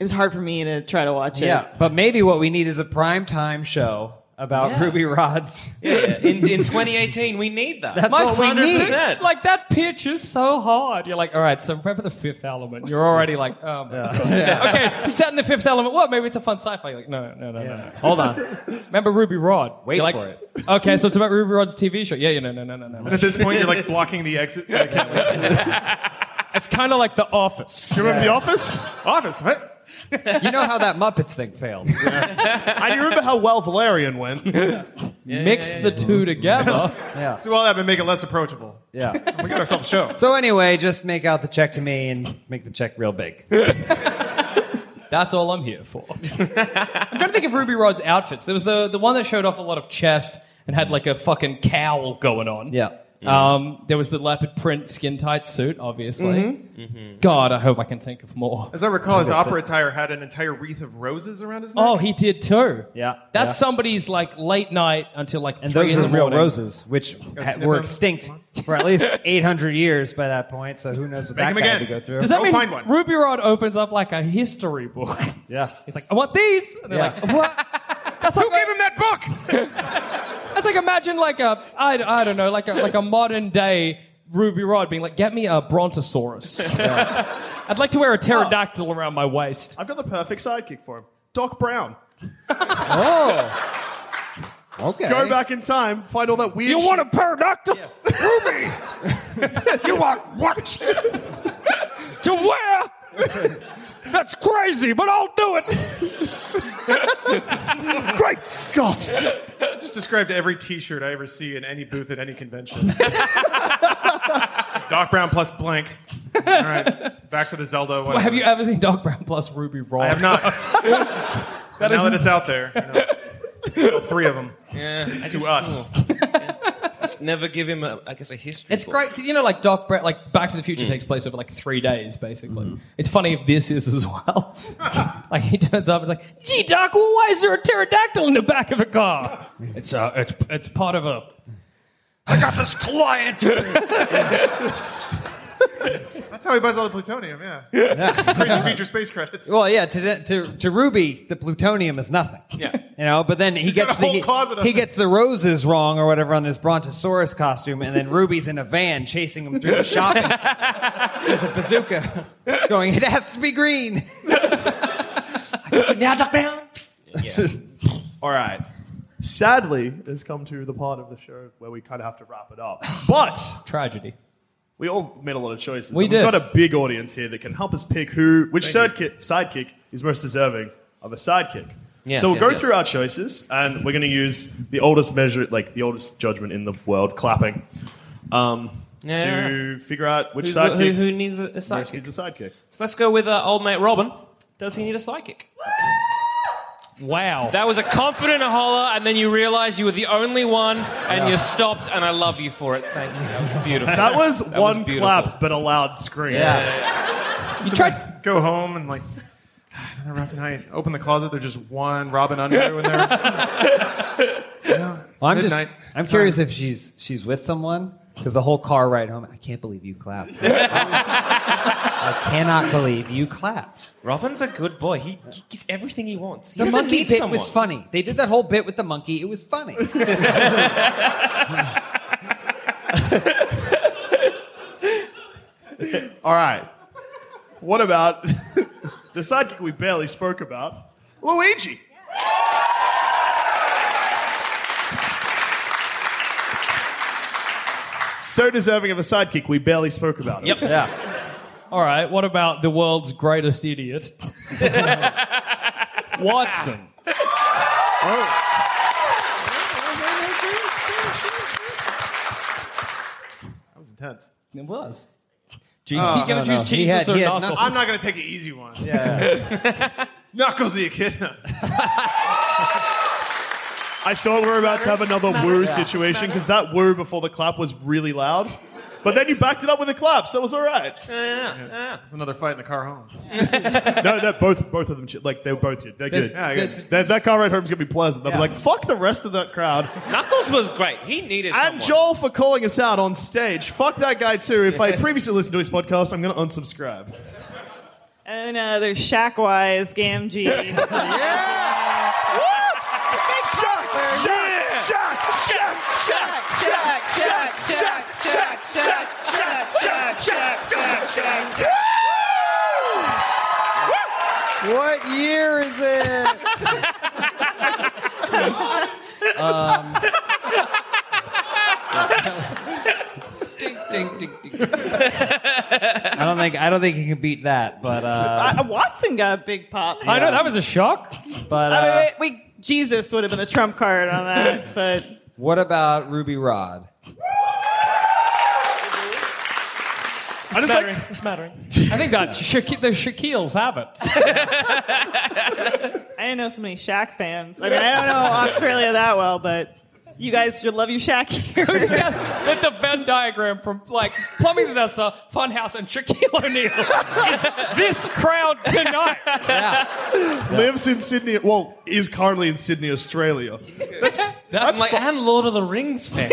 S5: was hard for me to try to watch it.
S3: Yeah, but maybe what we need is a prime time show about
S1: Yeah.
S3: ruby rods.
S1: In, in 2018, we need that.
S3: That's what we need.
S1: 100%.
S4: Like that pitch is so hard. You're like, all right, so remember the fifth element. You're already like, oh, my God. okay, set in the fifth element. Well, maybe it's a fun sci-fi. You're like, no, no, no, no, no. Hold on. Remember Ruby Rod?
S3: Wait
S4: You're like,
S3: for it.
S4: Okay, so it's about Ruby Rod's TV show. Yeah, yeah, no, no, no, no, no, no.
S6: At this point, you're like blocking the exit. So I can't leave.
S4: It's kind of like The Office.
S2: Do you remember The Office?
S6: Office, what?
S3: You know how that Muppets thing failed.
S2: I do remember how well Valerian went.
S4: Mix the two together.
S3: Yeah,
S6: Do all that, but make it less approachable.
S3: yeah.
S6: We got ourselves a show.
S3: So anyway, just make out the check to me and make the check real big.
S4: That's all I'm here for. I'm trying to think of Ruby Rod's outfits. There was the, the one that showed off a lot of chest and had like a fucking cowl going on.
S3: Yeah.
S4: Um, there was the leopard print skin tight suit, obviously.
S6: Mm-hmm.
S3: Mm-hmm.
S4: God, I hope I can think of more.
S6: As I recall, his opera attire had an entire wreath of roses around his neck.
S4: Oh, he did too.
S3: Yeah,
S4: That's
S3: yeah.
S4: somebody's like late night until like
S3: And
S4: three
S3: those
S4: in
S3: were
S4: the
S3: real
S4: morning.
S3: roses, which ha-
S6: sniff
S3: were
S6: them.
S3: extinct for at least 800 years by that point. So who knows what that
S6: 'em
S3: guy had to
S6: again.
S3: go through?
S4: Does that
S6: Go
S4: mean
S6: find one.
S4: Ruby Rod opens up like a history book?
S3: yeah.
S4: He's like, I want these. And they're
S3: Yeah.
S4: like, what? That's like
S6: Who gave him that book?
S4: That's like imagine like a I, I don't know like a like a modern day Ruby Rod being like, get me a Brontosaurus. I'd like to wear a pterodactyl around my waist.
S2: I've got the perfect sidekick for him. Doc Brown.
S3: Oh. Okay.
S2: Go back in time, find all that weird
S8: You
S2: shit.
S8: want a pterodactyl? Ruby! you want what? to wear? That's crazy, but I'll do it.
S2: Great Scott!
S6: Just described every T-shirt I ever see in any booth at any convention. Doc Brown plus blank. All right, back to the Zelda. Whatever.
S4: Have you ever seen Doc Brown plus Ruby Rod?
S6: I have not. now that it's out there, you know, all three of them
S1: Yeah.
S6: to us.
S1: Never give him, a, I guess, a history.
S4: It's
S1: book.
S4: great, 'cause, you know, like Doc Brown, like Back to the Future takes place over like three days, basically. It's funny if this is as well. like he turns up and like, gee, Doc, why is there a pterodactyl in the back of the car? it's uh, it's it's part of a
S8: I got this client.
S6: That's how he buys all the plutonium. Yeah, crazy future space credits.
S3: Well, yeah, to, to, to Ruby, the plutonium is nothing.
S1: Yeah.
S3: You know, but then he gets
S6: got a
S3: the,
S6: whole
S3: he,
S6: closet of
S3: he
S6: it.
S3: gets the roses wrong or whatever on his Brontosaurus costume, and then Ruby's in a van chasing him through the shopping center with a bazooka, going, "It has to be green."
S7: now, Doc Brown.
S2: All right. Sadly, it has come to the part of the show where we kind of have to wrap it up. But
S4: tragedy.
S2: we all made a lot of choices.
S4: We
S2: and
S4: did.
S2: We've got a big audience here that can help us pick who, which sidekick, sidekick is most deserving of a sidekick.
S1: Yes,
S2: so we'll
S1: yes,
S2: go
S1: yes.
S2: through our choices, and we're going to use the oldest measure, like the oldest judgment in the world, clapping, um,
S1: Yeah.
S2: to figure out which
S1: Who's the-
S2: sidekick
S1: who, who needs a, a
S2: most
S1: sidekick?
S2: needs a sidekick.
S1: So let's go with uh, old mate Robin. Does he need a psychic?
S4: Wow.
S1: That was a confident holler, and then you realised you were the only one, and you stopped, and I love you for it. Thank you. That was beautiful.
S2: That was one
S1: beautiful.
S2: clap, but a loud scream.
S4: you tried.
S6: Go home and like another rough night. Open the closet. There's just one Robin Underwood in there. You know, it's
S3: I'm
S6: midnight.
S3: just, I'm
S6: It's
S3: curious
S6: time.
S3: if she's she's with someone because the whole car ride home. I can't believe you clapped. I cannot believe you clapped.
S1: Robin's a good boy. He, he gets everything he wants. He
S3: The
S1: doesn't
S3: monkey
S1: need
S3: bit
S1: someone.
S3: was funny. They did that whole bit with the monkey. It was funny.
S2: All right. What about the sidekick we barely spoke about, Luigi? So deserving of a sidekick, we barely spoke about him.
S1: Yep.
S3: Yeah.
S4: All right. What about the world's greatest idiot, Watson?
S6: That was intense.
S4: It was. Jesus, you gonna
S3: no,
S4: choose
S3: no. He
S4: Jesus
S3: had-
S4: or
S3: he had
S4: knuckles?
S3: knuckles.
S6: I'm not gonna take the easy one. Yeah. Knuckles the Echidna.
S2: I thought we were about to have another woo situation because that woo before the clap was really loud. But then you backed it up with a clap, so it was all right.
S6: It's another fight in the car home.
S2: No, that both both of them ch- like they both did. They're good.
S6: Yeah, I get it.
S2: That, that car ride home's gonna be pleasant. They'll be like, "Fuck the rest of that crowd."
S1: Knuckles was great. He needed
S2: And
S1: someone.
S2: Joel for calling us out on stage. Fuck that guy too. If I previously listened to his podcast, I'm going to unsubscribe.
S5: And uh, there's Shackwise Gamgee.
S2: Shaq!
S5: Shack,
S8: Shack, Shack, Shack,
S5: Shack, Shack, Shack, Shack, Shack, Shack, Shack, Shack, Shack, Shack, Shack.
S3: What year is it? um, ding, ding, ding, ding. I don't think I don't think you can beat that, but uh,
S5: Uh, Watson got a big pop.
S4: I know that was a shock.
S3: but
S5: I mean,
S3: uh,
S5: wait, wait, Jesus would have been a trump card on that, but
S3: what about Ruby Rod?
S2: I just like
S4: I think that Shaq- the Shaquille's have it.
S5: I didn't know so many Shaq fans. I mean, I don't know Australia that well, but you guys should love your Shaq here.
S4: With the Venn diagram from like Plumbing the Nessa, Funhouse, and Shaquille O'Neal is this crowd tonight.
S2: lives in Sydney. Well, is currently in Sydney, Australia.
S1: I'm like, and Lord of the Rings fan.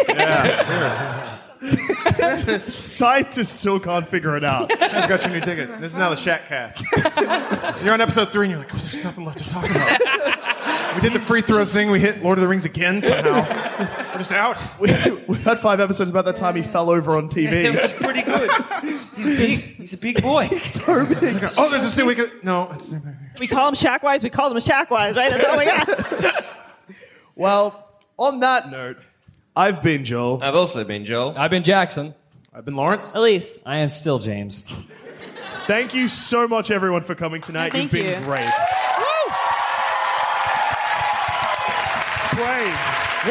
S2: Scientists still can't figure it out.
S6: I've got your new ticket. This is now the Shack cast. you're on episode three, and you're like, "Oh, there's nothing left to talk about. We did the free throw thing. We hit Lord of the Rings again somehow. We're just out.
S2: We, we've had five episodes about that time he fell over on TV.
S1: pretty good. He's big. He's a big boy.
S6: Oh, there's this new week. of- No, it's
S5: we call him Shackwise. We called him Shackwise, right? That's all we got.
S2: well, on that note, I've been Joel.
S5: Uh.
S1: I've also been Joel.
S4: I've been Jackson.
S6: I've been Lawrence.
S5: Elise,
S3: I am still James.
S2: Thank you so much, everyone, for coming tonight.
S5: Thank
S2: You've been
S5: you.
S2: great. Brave.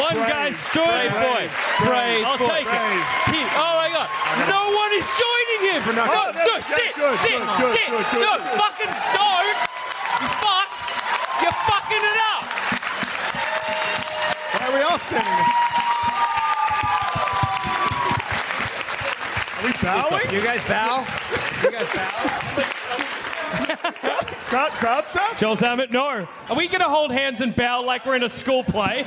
S8: One guy stood.
S1: Brave boy. Brave
S8: I'll
S1: boy.
S8: take it.
S1: He, oh my god. No one is joining him. No,
S2: Oh,
S1: no,
S2: there we go.
S1: sit,
S2: Good,
S1: sit,
S2: good, good,
S1: sit.
S2: good, good,
S1: no,
S2: good.
S1: fucking don't. You fucks. You're fucking it up.
S2: Why are we all standing there? Are we bowing?
S3: You guys bow. You guys bow.
S2: Crowd, crowd sound?
S4: Joel Zammit, no. Are we going to hold hands and bow like we're in a school play?